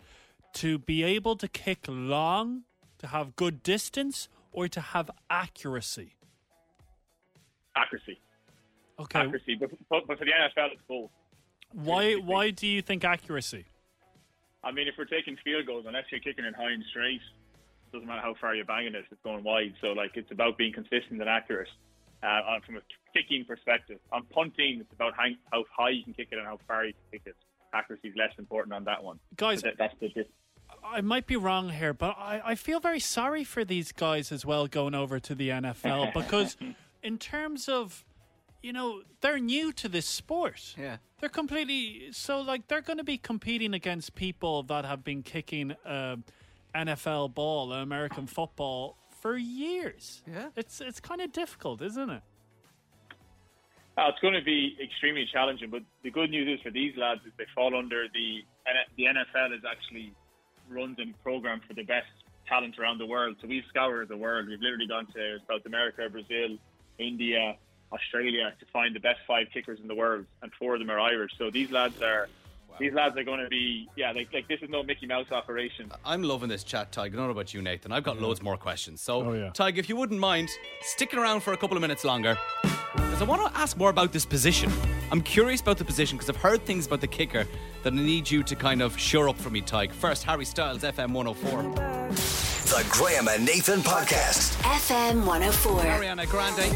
[SPEAKER 2] To be able to kick long, to have good distance, or to have accuracy?
[SPEAKER 18] Accuracy.
[SPEAKER 2] Okay.
[SPEAKER 18] Accuracy. But, but, but for the NFL, it's both.
[SPEAKER 2] Why why do you think accuracy?
[SPEAKER 18] I mean, if we're taking field goals, unless you're kicking it high and straight, doesn't matter how far you're banging it, it's going wide. So, like, it's about being consistent and accurate uh, on, from a kicking perspective. On punting, it's about hang, how high you can kick it and how far you can kick it. Accuracy is less important on that one.
[SPEAKER 2] Guys-
[SPEAKER 18] So that, that's the dis-
[SPEAKER 2] I might be wrong here, but I, I feel very sorry for these guys as well going over to the NFL because in terms of you know, they're new to this sport.
[SPEAKER 1] Yeah.
[SPEAKER 2] They're completely so like they're going to be competing against people that have been kicking uh, NFL ball and American football for years. Yeah. It's it's kind of difficult, isn't it?
[SPEAKER 18] Uh, it's going to be extremely challenging, but the good news is for these lads is they fall under the the NFL is actually runs a program for the best talent around the world. So we've scoured the world. We've literally gone to South America, Brazil, India, Australia to find the best five kickers in the world, and four of them are Irish. So these lads are these lads are going to be yeah like like this is no Mickey Mouse operation.
[SPEAKER 1] I'm loving this chat, Tig. I don't know about you, Nathan. I've got loads more questions. So,
[SPEAKER 18] Oh, yeah.
[SPEAKER 1] Tig, if you wouldn't mind sticking around for a couple of minutes longer, because I want to ask more about this position. I'm curious about the position because I've heard things about the kicker that I need you to kind of shore up for me, Tig. First, Harry Styles, FM 104.
[SPEAKER 4] The Graham and Nathan Podcast.
[SPEAKER 5] FM 104.
[SPEAKER 1] Ariana Grande.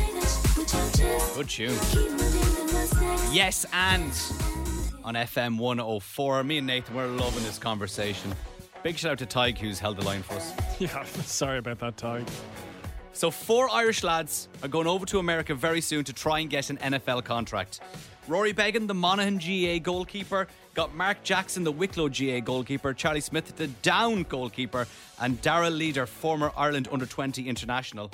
[SPEAKER 1] Good tune. Yes, and on FM 104, me and Nathan, we're loving this conversation. Big shout out to Tig, who's held the line for us.
[SPEAKER 2] Yeah, sorry about that, Ty.
[SPEAKER 1] So, four Irish lads are going over to America very soon to try and get an NFL contract. Rory Began, the Monaghan GA goalkeeper, got Mark Jackson, the Wicklow GA goalkeeper, Charlie Smith, the Down goalkeeper, and Daryl Leader, former Ireland under 20 international.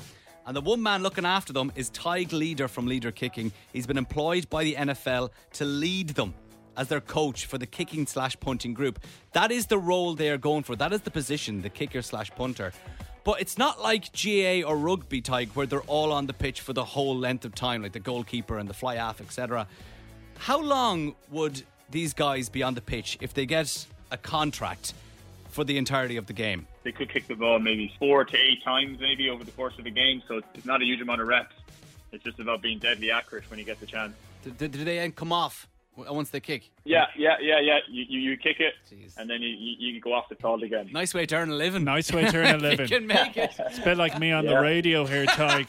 [SPEAKER 1] And the one man looking after them is Tig Leader from Leader Kicking. He's been employed by the NFL to lead them as their coach for the kicking slash punting group. That is the role they are going for. That is the position, the kicker slash punter. But it's not like GA or rugby, Tig, where they're all on the pitch for the whole length of time, like the goalkeeper and the fly half, etc. How long would these guys be on the pitch if they get a contract for the entirety of the game?
[SPEAKER 18] They could kick the ball maybe four to eight times maybe over the course of the game. So it's- it's not a huge amount of reps. It's just about being deadly accurate when you get the chance.
[SPEAKER 1] Do, do, do they come off w- once they kick?
[SPEAKER 18] Yeah, yeah, yeah, yeah. You, you, you kick it, and then you, you, you go off the field again.
[SPEAKER 1] Nice way to earn a living.
[SPEAKER 2] Nice way to earn a living.
[SPEAKER 1] you can make it.
[SPEAKER 2] It's a bit like me on
[SPEAKER 1] Yeah.
[SPEAKER 2] the radio here, Ty.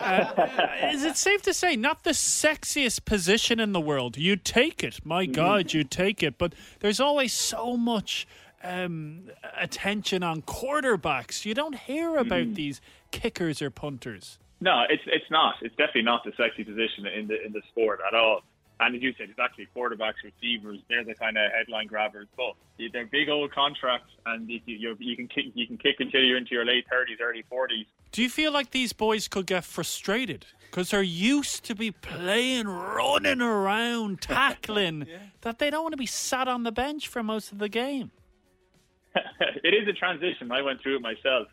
[SPEAKER 2] Uh, is it safe to say not the sexiest position in the world? You take it, my God, you take it. But there's always so much um, attention on quarterbacks. You don't hear about
[SPEAKER 18] Mhm.
[SPEAKER 2] these kickers or punters.
[SPEAKER 18] No, it's it's not. It's definitely not the sexy position in the in the sport at all. And as you said, it's actually quarterbacks, receivers. They're the kind of headline grabbers. But they're big old contracts, and you, you, you can kick, you can kick until you're into your late thirties, early forties.
[SPEAKER 2] Do you feel like these boys could get frustrated because they're used to be playing, running around, tackling, that they don't want to be sat on the bench for most of the game?
[SPEAKER 18] it is a transition. I went through it myself,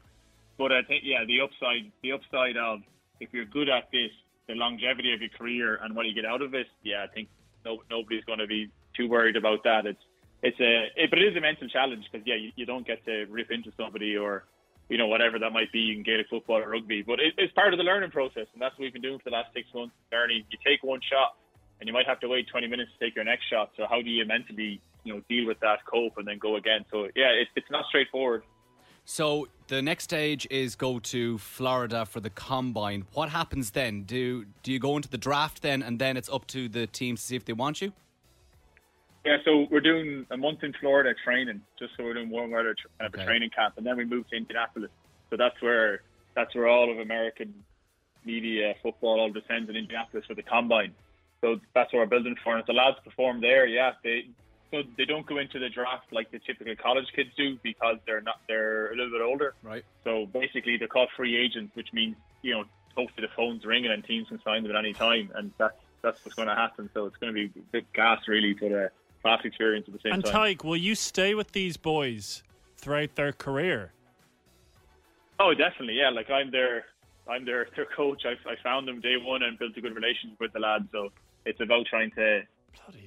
[SPEAKER 18] but I think yeah, the upside the upside of if you're good at this, the longevity of your career and what you get out of it. Yeah, I think no, nobody's going to be too worried about that. It's it's a it, but it is a mental challenge because yeah, you, you don't get to rip into somebody or you know whatever that might be in Gaelic football or rugby. But it, it's part of the learning process, and that's what we've been doing for the last six months. Learning, you take one shot, and you might have to wait 20 minutes to take your next shot. So how do you mentally you know deal with that, cope, and then go again? So yeah, it's it's not straightforward.
[SPEAKER 1] So the next stage is go to Florida for the combine. What happens then? Do do you go into the draft then, and then it's up to the teams to see if they want you?
[SPEAKER 18] Yeah, so we're doing a month in Florida training, just so we're doing warm weather tr- kind of a
[SPEAKER 1] Okay.
[SPEAKER 18] training camp, and then we move to Indianapolis. So that's where that's where all of American media football all descends in Indianapolis for the combine. So that's what we're building for. And if the lads perform there, yeah, they so they don't go into the draft like the typical college kids do because they're not they're a little bit older.
[SPEAKER 1] Right.
[SPEAKER 18] So basically, they're called free agents, which means you know hopefully the phone's ringing and teams can sign them at any time, and that's that's what's going to happen. So it's going to be a bit gas really for the past experience at the same
[SPEAKER 2] And
[SPEAKER 18] time.
[SPEAKER 2] Tyke, will you stay with these boys throughout their career?
[SPEAKER 18] Oh, definitely, yeah. Like I'm their I'm their their coach. I, I found them day one and built a good relationship with the lads. So it's about trying to.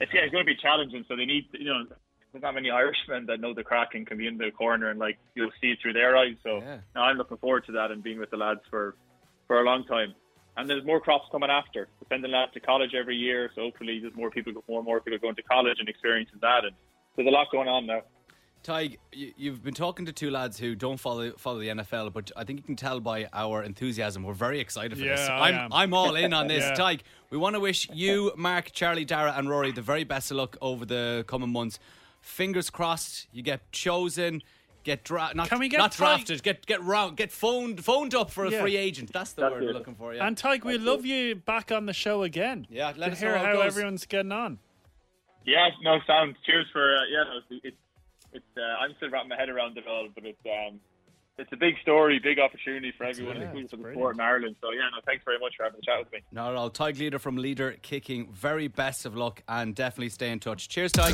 [SPEAKER 18] It's, yeah, it's going to be challenging. So they need you know. There's not many Irishmen that know the crack and can be in the corner and like you'll see it through their eyes. So no, I'm looking forward to that and being with the lads for for a long time. And there's more crops coming after. We're sending lads to college every year, so hopefully there's more people, more and more people going to college and experiencing that. And there's a lot going on now.
[SPEAKER 1] Tig, you- you've been talking to two lads who don't follow follow the NFL, but I think you can tell by our enthusiasm. We're very excited for this.
[SPEAKER 2] Yeah, I
[SPEAKER 1] I'm
[SPEAKER 2] am.
[SPEAKER 1] I'm all in on this.
[SPEAKER 2] Yeah.
[SPEAKER 1] Tig, we want to wish you, Mark, Charlie, Dara, and Rory the very best of luck over the coming months. Fingers crossed, you get chosen. Get dra- not,
[SPEAKER 2] Can we get
[SPEAKER 1] not
[SPEAKER 2] Tig-
[SPEAKER 1] drafted. Get get round. Get phoned phoned up for a
[SPEAKER 2] Yeah.
[SPEAKER 1] free agent. That's the
[SPEAKER 2] That's
[SPEAKER 1] word we're
[SPEAKER 2] it.
[SPEAKER 1] looking for. Yeah.
[SPEAKER 2] And Tyke, we love you back on the show again.
[SPEAKER 1] Yeah, let
[SPEAKER 2] to
[SPEAKER 1] us know
[SPEAKER 2] hear
[SPEAKER 1] how it
[SPEAKER 2] how
[SPEAKER 1] goes.
[SPEAKER 2] everyone's getting on.
[SPEAKER 18] Yeah, no sound. Cheers for uh, yeah. No, it's it's. Uh, I'm still wrapping my head around it all, but it's um, it's a big story, big opportunity for everyone,
[SPEAKER 1] yeah,
[SPEAKER 18] including
[SPEAKER 1] it's
[SPEAKER 18] for the
[SPEAKER 1] brilliant.
[SPEAKER 18] sport in Ireland. So yeah, no, thanks very much for having a chat with me.
[SPEAKER 1] Not at all. Tig Leader from Leader Kicking. Very best of luck and definitely stay in touch. Cheers, Tig.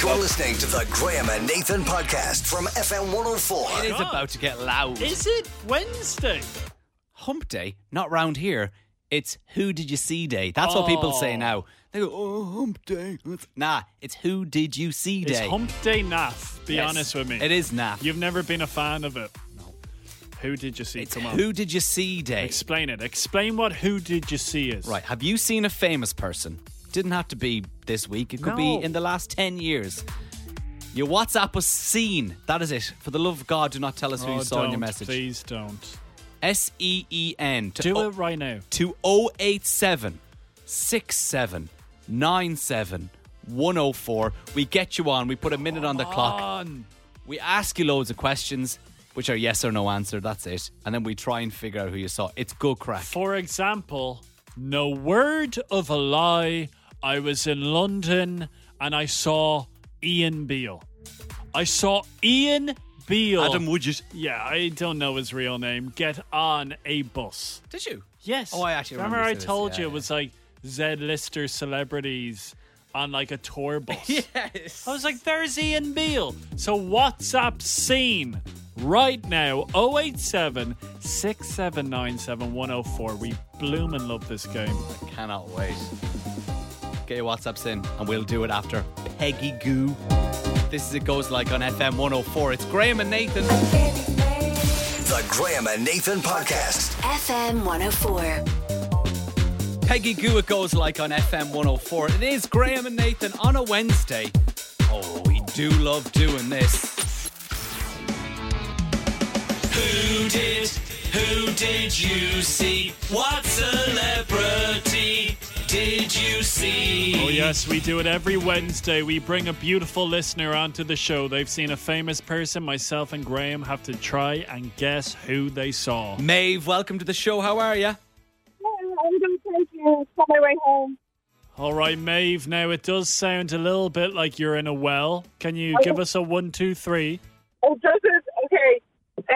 [SPEAKER 4] You're listening to the Graham and Nathan podcast from FM 104.
[SPEAKER 1] It is about to get loud.
[SPEAKER 2] Is it Wednesday?
[SPEAKER 1] Hump day, not round here. It's who did you see day. That's what people say
[SPEAKER 2] Oh.
[SPEAKER 1] now. They go, oh, hump day. It's- Nah, it's who did you see
[SPEAKER 2] It's
[SPEAKER 1] day.
[SPEAKER 2] hump day naff, be
[SPEAKER 1] Yes,
[SPEAKER 2] honest with me.
[SPEAKER 1] It is naff.
[SPEAKER 2] You've never been a fan of it. Who did you see? Come on.
[SPEAKER 1] Who did you see day?
[SPEAKER 2] Explain it. Explain what who did you see is.
[SPEAKER 1] Right. Have you seen a famous person? Didn't have to be this week. It could
[SPEAKER 2] No.
[SPEAKER 1] be in the last 10 years. Your WhatsApp was seen. That is it. For the love of God, do not tell us who
[SPEAKER 2] Oh,
[SPEAKER 1] you saw in your
[SPEAKER 2] don't.
[SPEAKER 1] message.
[SPEAKER 2] Please don't.
[SPEAKER 1] S E E N.
[SPEAKER 2] Do it right now.
[SPEAKER 1] To 087 67 97 104. We get you on. We put a minute on the clock. We ask you loads of questions, which are yes or no answer. That's it. And then we try and figure out who you saw. It's good crack.
[SPEAKER 2] For example, no word of a lie, I was in London and I saw Ian Beale. I saw Ian Beale.
[SPEAKER 1] Adam Woodgett.
[SPEAKER 2] Yeah, I don't know his real name. Get on a bus.
[SPEAKER 1] Did you?
[SPEAKER 2] Yes.
[SPEAKER 1] Oh, I actually remember.
[SPEAKER 2] I
[SPEAKER 1] you said this.
[SPEAKER 2] told
[SPEAKER 1] Yeah,
[SPEAKER 2] you
[SPEAKER 1] yeah.
[SPEAKER 2] it was like Z-lister celebrities on like a tour bus.
[SPEAKER 1] yes.
[SPEAKER 2] I was like, there's Ian Beale. So WhatsApp scene right now 087 6797 104. We bloomin' love this game.
[SPEAKER 1] Cannot wait. Get your WhatsApps in and we'll do it after Peggy Goo. This is It Goes Like on FM 104. It's Graham and Nathan.
[SPEAKER 4] The Graham and Nathan podcast.
[SPEAKER 5] FM 104.
[SPEAKER 1] Peggy Goo, It Goes Like on FM 104. It is Graham and Nathan on a Wednesday. Oh, we do love doing this.
[SPEAKER 19] Who did? Who did you see? What celebrity did you see?
[SPEAKER 2] Oh, yes, we do it every Wednesday. We bring a beautiful listener onto the show. They've seen a famous person. Myself and Graham have to try and guess who they saw.
[SPEAKER 1] Maeve, welcome to the show. How are you?
[SPEAKER 20] I'm going to take you on my way home.
[SPEAKER 2] All right, Maeve, now it does sound a little bit like you're in a well. Can you give us a one, two, three?
[SPEAKER 20] Oh, does it? Okay.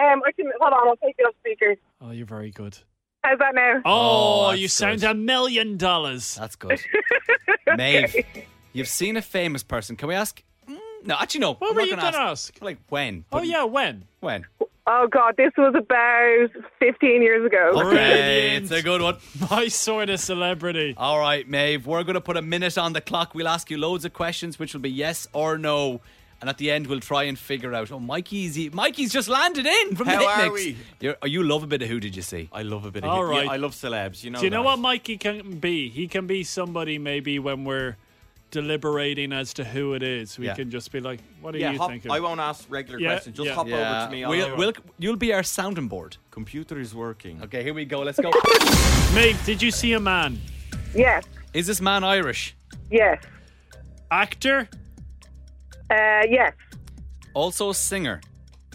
[SPEAKER 20] Um, I can hold on. I'll take you off speaker.
[SPEAKER 2] Oh, you're very good.
[SPEAKER 20] How's that now?
[SPEAKER 2] Oh, you sound a million dollars.
[SPEAKER 1] That's good. Maeve, you've seen a famous person. Can we ask? Mm, No, actually, no. What
[SPEAKER 2] were you gonna
[SPEAKER 1] ask? Like when?
[SPEAKER 2] Oh, yeah, when?
[SPEAKER 1] When?
[SPEAKER 20] Oh God, this was about 15 years ago.
[SPEAKER 1] Okay, it's a good one.
[SPEAKER 2] My sort of celebrity.
[SPEAKER 1] All right, Maeve, we're going to put a minute on the clock. We'll ask you loads of questions, which will be yes or no. And at the end, we'll try and figure out. Oh, Mikey's Mikey's just landed in from the
[SPEAKER 3] How
[SPEAKER 1] hit
[SPEAKER 3] are
[SPEAKER 1] mix.
[SPEAKER 3] we?
[SPEAKER 1] You're, oh, you love a bit of Who Did You See?
[SPEAKER 3] I love a bit
[SPEAKER 2] All right.
[SPEAKER 3] I love celebs. You know.
[SPEAKER 2] Do you know
[SPEAKER 3] that.
[SPEAKER 2] what Mikey can be? He can be somebody maybe when we're deliberating as to who it is. We
[SPEAKER 3] Yeah.
[SPEAKER 2] can just be like, what are
[SPEAKER 3] yeah,
[SPEAKER 2] you
[SPEAKER 3] hop,
[SPEAKER 2] thinking?
[SPEAKER 3] I won't ask regular
[SPEAKER 2] Yeah,
[SPEAKER 3] questions. Just
[SPEAKER 2] yeah.
[SPEAKER 3] hop
[SPEAKER 2] Yeah.
[SPEAKER 3] over to me.
[SPEAKER 1] We'll, we'll, you'll be our sounding board.
[SPEAKER 3] Computer is working.
[SPEAKER 1] Okay, here we go. Let's go.
[SPEAKER 2] Maeve, did you see a man?
[SPEAKER 20] Yes.
[SPEAKER 1] Is this man Irish?
[SPEAKER 20] Yes.
[SPEAKER 2] Actor?
[SPEAKER 20] Uh, yes.
[SPEAKER 1] Also a singer?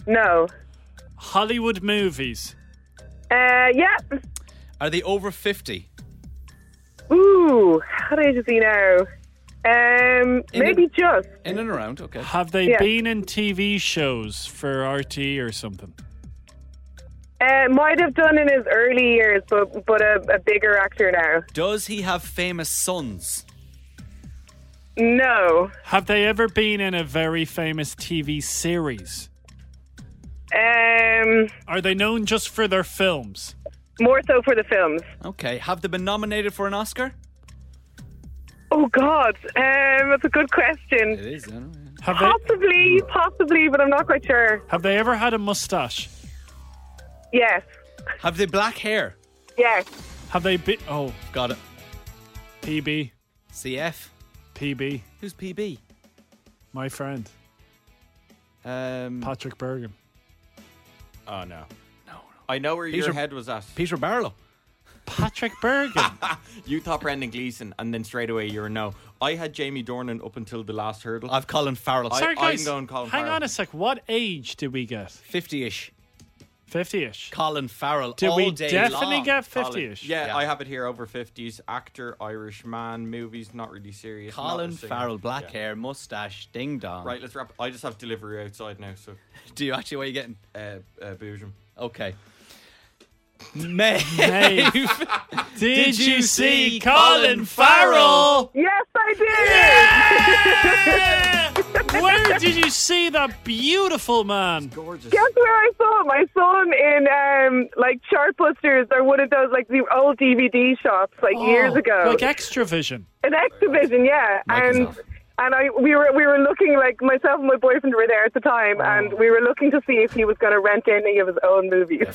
[SPEAKER 20] No.
[SPEAKER 2] Hollywood movies.
[SPEAKER 20] Uh, yeah.
[SPEAKER 1] Are they over 50?
[SPEAKER 20] Ooh, how old is he now? Um, maybe just.
[SPEAKER 1] In and around, okay.
[SPEAKER 2] Have they
[SPEAKER 20] Yeah.
[SPEAKER 2] been in TV shows for RT or something?
[SPEAKER 20] Uh, might have done in his early years, but but a, a bigger actor now.
[SPEAKER 1] Does he have famous sons?
[SPEAKER 20] No.
[SPEAKER 2] Have they ever been in a very famous TV series?
[SPEAKER 20] Um,
[SPEAKER 2] Are they known just for their films?
[SPEAKER 20] more so for the films.
[SPEAKER 1] Okay. Have they been nominated for an Oscar?
[SPEAKER 20] Oh God, um, that's a good question. It
[SPEAKER 1] is.
[SPEAKER 2] Have they,
[SPEAKER 20] Possibly, possibly, but I'm not quite sure.
[SPEAKER 2] have they ever had a mustache?
[SPEAKER 20] Yes,
[SPEAKER 1] Have they black hair?
[SPEAKER 20] yes.
[SPEAKER 2] Have they been? Oh,
[SPEAKER 1] got it.
[SPEAKER 2] PB,
[SPEAKER 1] CF?
[SPEAKER 2] PB,
[SPEAKER 1] Who's PB?
[SPEAKER 2] my friend
[SPEAKER 1] Um,
[SPEAKER 2] Patrick Bergen.
[SPEAKER 3] Oh no. No. I know where
[SPEAKER 2] Peter-
[SPEAKER 3] your head was at.
[SPEAKER 1] Peter Barlow.
[SPEAKER 2] Patrick Bergen.
[SPEAKER 3] you thought Brendan Gleeson, and then straight away you're a no. I had Jamie Dornan up until the last hurdle.
[SPEAKER 1] I've Colin Farrell.
[SPEAKER 3] I,
[SPEAKER 2] Sorry, guys.
[SPEAKER 3] I'm going Colin
[SPEAKER 2] hang
[SPEAKER 3] Farrell.
[SPEAKER 2] on a sec. What age did we get?
[SPEAKER 1] 50 ish.
[SPEAKER 2] 50 ish.
[SPEAKER 1] Colin Farrell.
[SPEAKER 2] Did
[SPEAKER 1] all
[SPEAKER 2] we
[SPEAKER 1] day
[SPEAKER 2] definitely
[SPEAKER 1] long.
[SPEAKER 2] get
[SPEAKER 3] Colin-
[SPEAKER 2] 50-ish?
[SPEAKER 3] Yeah,
[SPEAKER 1] Yeah.
[SPEAKER 3] I have it here over 50s. Actor, Irish man, movies, not really serious. not
[SPEAKER 1] Colin
[SPEAKER 3] a singer.
[SPEAKER 1] Farrell, black
[SPEAKER 3] Yeah.
[SPEAKER 1] hair, mustache, ding dong.
[SPEAKER 3] Right, let's wrap. I just have delivery outside now, so
[SPEAKER 1] Do you actually? What are you getting?
[SPEAKER 3] uh, uh, Boojum.
[SPEAKER 1] Okay. Maeve.
[SPEAKER 19] Maeve.
[SPEAKER 1] did,
[SPEAKER 19] Did you
[SPEAKER 1] you
[SPEAKER 19] see
[SPEAKER 1] see
[SPEAKER 19] Colin
[SPEAKER 1] Colin
[SPEAKER 19] Farrell?
[SPEAKER 1] Farrell?
[SPEAKER 20] Yes, I
[SPEAKER 2] did. Where did you see that beautiful man? gorgeous.
[SPEAKER 20] Guess where I saw him? I saw him in um, like Chartbusters or one of those like the old DVD shops like years ago.
[SPEAKER 2] Oh, Like Extravision.
[SPEAKER 20] an exhibition, yeah, and and I we were we were looking like myself and my boyfriend were there at the time, and we were looking to see if he was going to rent any of his own movies.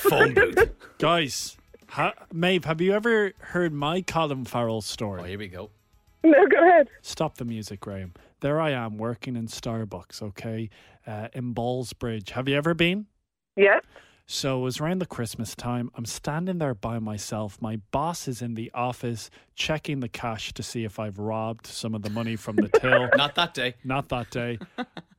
[SPEAKER 2] Guys, ha- Maeve, have you ever heard my Colin Farrell story? Oh,
[SPEAKER 1] here we go.
[SPEAKER 20] No, go ahead.
[SPEAKER 2] Stop the music, Graham. There I am working in Starbucks, okay, uh, in Ballsbridge. Have you ever been?
[SPEAKER 20] Yes.
[SPEAKER 2] So it was around the Christmas time. I'm standing there by myself. My boss is in the office checking the cash to see if I've robbed some of the money from the till.
[SPEAKER 1] Not that day.
[SPEAKER 2] Not that day.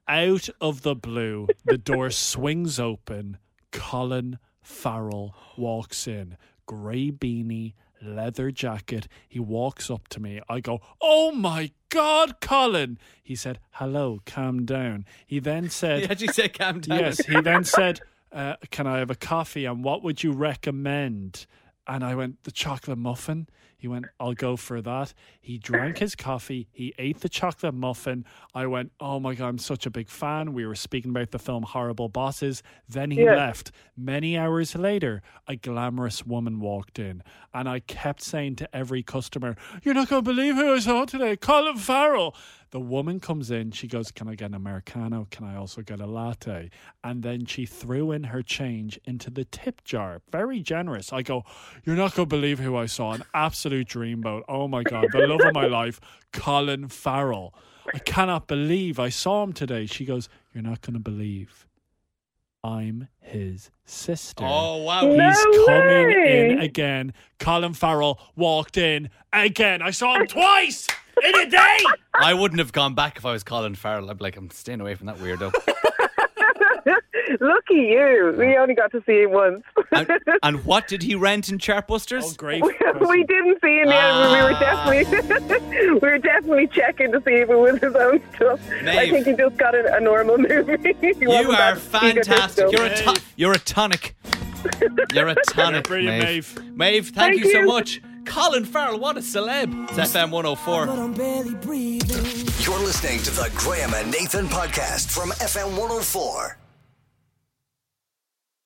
[SPEAKER 2] Out of the blue, the door swings open. Colin Farrell walks in, grey beanie, leather jacket. He walks up to me. I go, Oh my God, Colin. He said, Hello, calm down. He then said,
[SPEAKER 1] He actually said, "Calm down."
[SPEAKER 2] Uh, Yes, he then said, uh, Can I have a coffee? And what would you recommend? And I went, The chocolate muffin. He went, I'll go for that. He drank his coffee. He ate the chocolate muffin. I went, Oh my God, I'm such a big fan. We were speaking about the film Horrible Bosses. Then he
[SPEAKER 19] Yeah.
[SPEAKER 2] left. Many hours later, a glamorous woman walked in. And I kept saying to every customer, You're not going to believe who I saw today Colin Farrell. The woman comes in. She goes, Can I get an Americano? Can I also get a latte? And then she threw in her change into the tip jar. Very generous. I go, You're not going to believe who I saw. An absolute dreamboat. Oh my God. The love of my life, Colin Farrell. I cannot believe I saw him today. She goes, You're not going to believe. I'm his sister.
[SPEAKER 19] Oh, wow.
[SPEAKER 2] He's
[SPEAKER 19] No
[SPEAKER 2] coming
[SPEAKER 19] way.
[SPEAKER 2] in again. Colin Farrell walked in again. I saw him twice in a day.
[SPEAKER 1] I wouldn't have gone back if I was Colin Farrell. I'd be like, I'm staying away from that weirdo.
[SPEAKER 20] Lucky you. We only got to see him once.
[SPEAKER 1] and what did he rent in Chartbusters? Oh,
[SPEAKER 2] great.
[SPEAKER 20] we didn't see him yet, but we were definitely we were definitely checking to see if it was his own stuff. I
[SPEAKER 1] Maeve.
[SPEAKER 20] think he just got a, a normal movie. He
[SPEAKER 1] You
[SPEAKER 20] wasn't
[SPEAKER 1] are
[SPEAKER 20] that eager to
[SPEAKER 1] fantastic.
[SPEAKER 20] go.
[SPEAKER 1] You're a, to- you're a tonic. You're a tonic,
[SPEAKER 2] brilliant,
[SPEAKER 1] Maeve. Maeve. thank,
[SPEAKER 19] Thank
[SPEAKER 1] you so
[SPEAKER 19] you.
[SPEAKER 1] much. Colin Farrell, what a celeb. It's FM 104.
[SPEAKER 4] You're listening to the Graham and Nathan podcast from FM 104.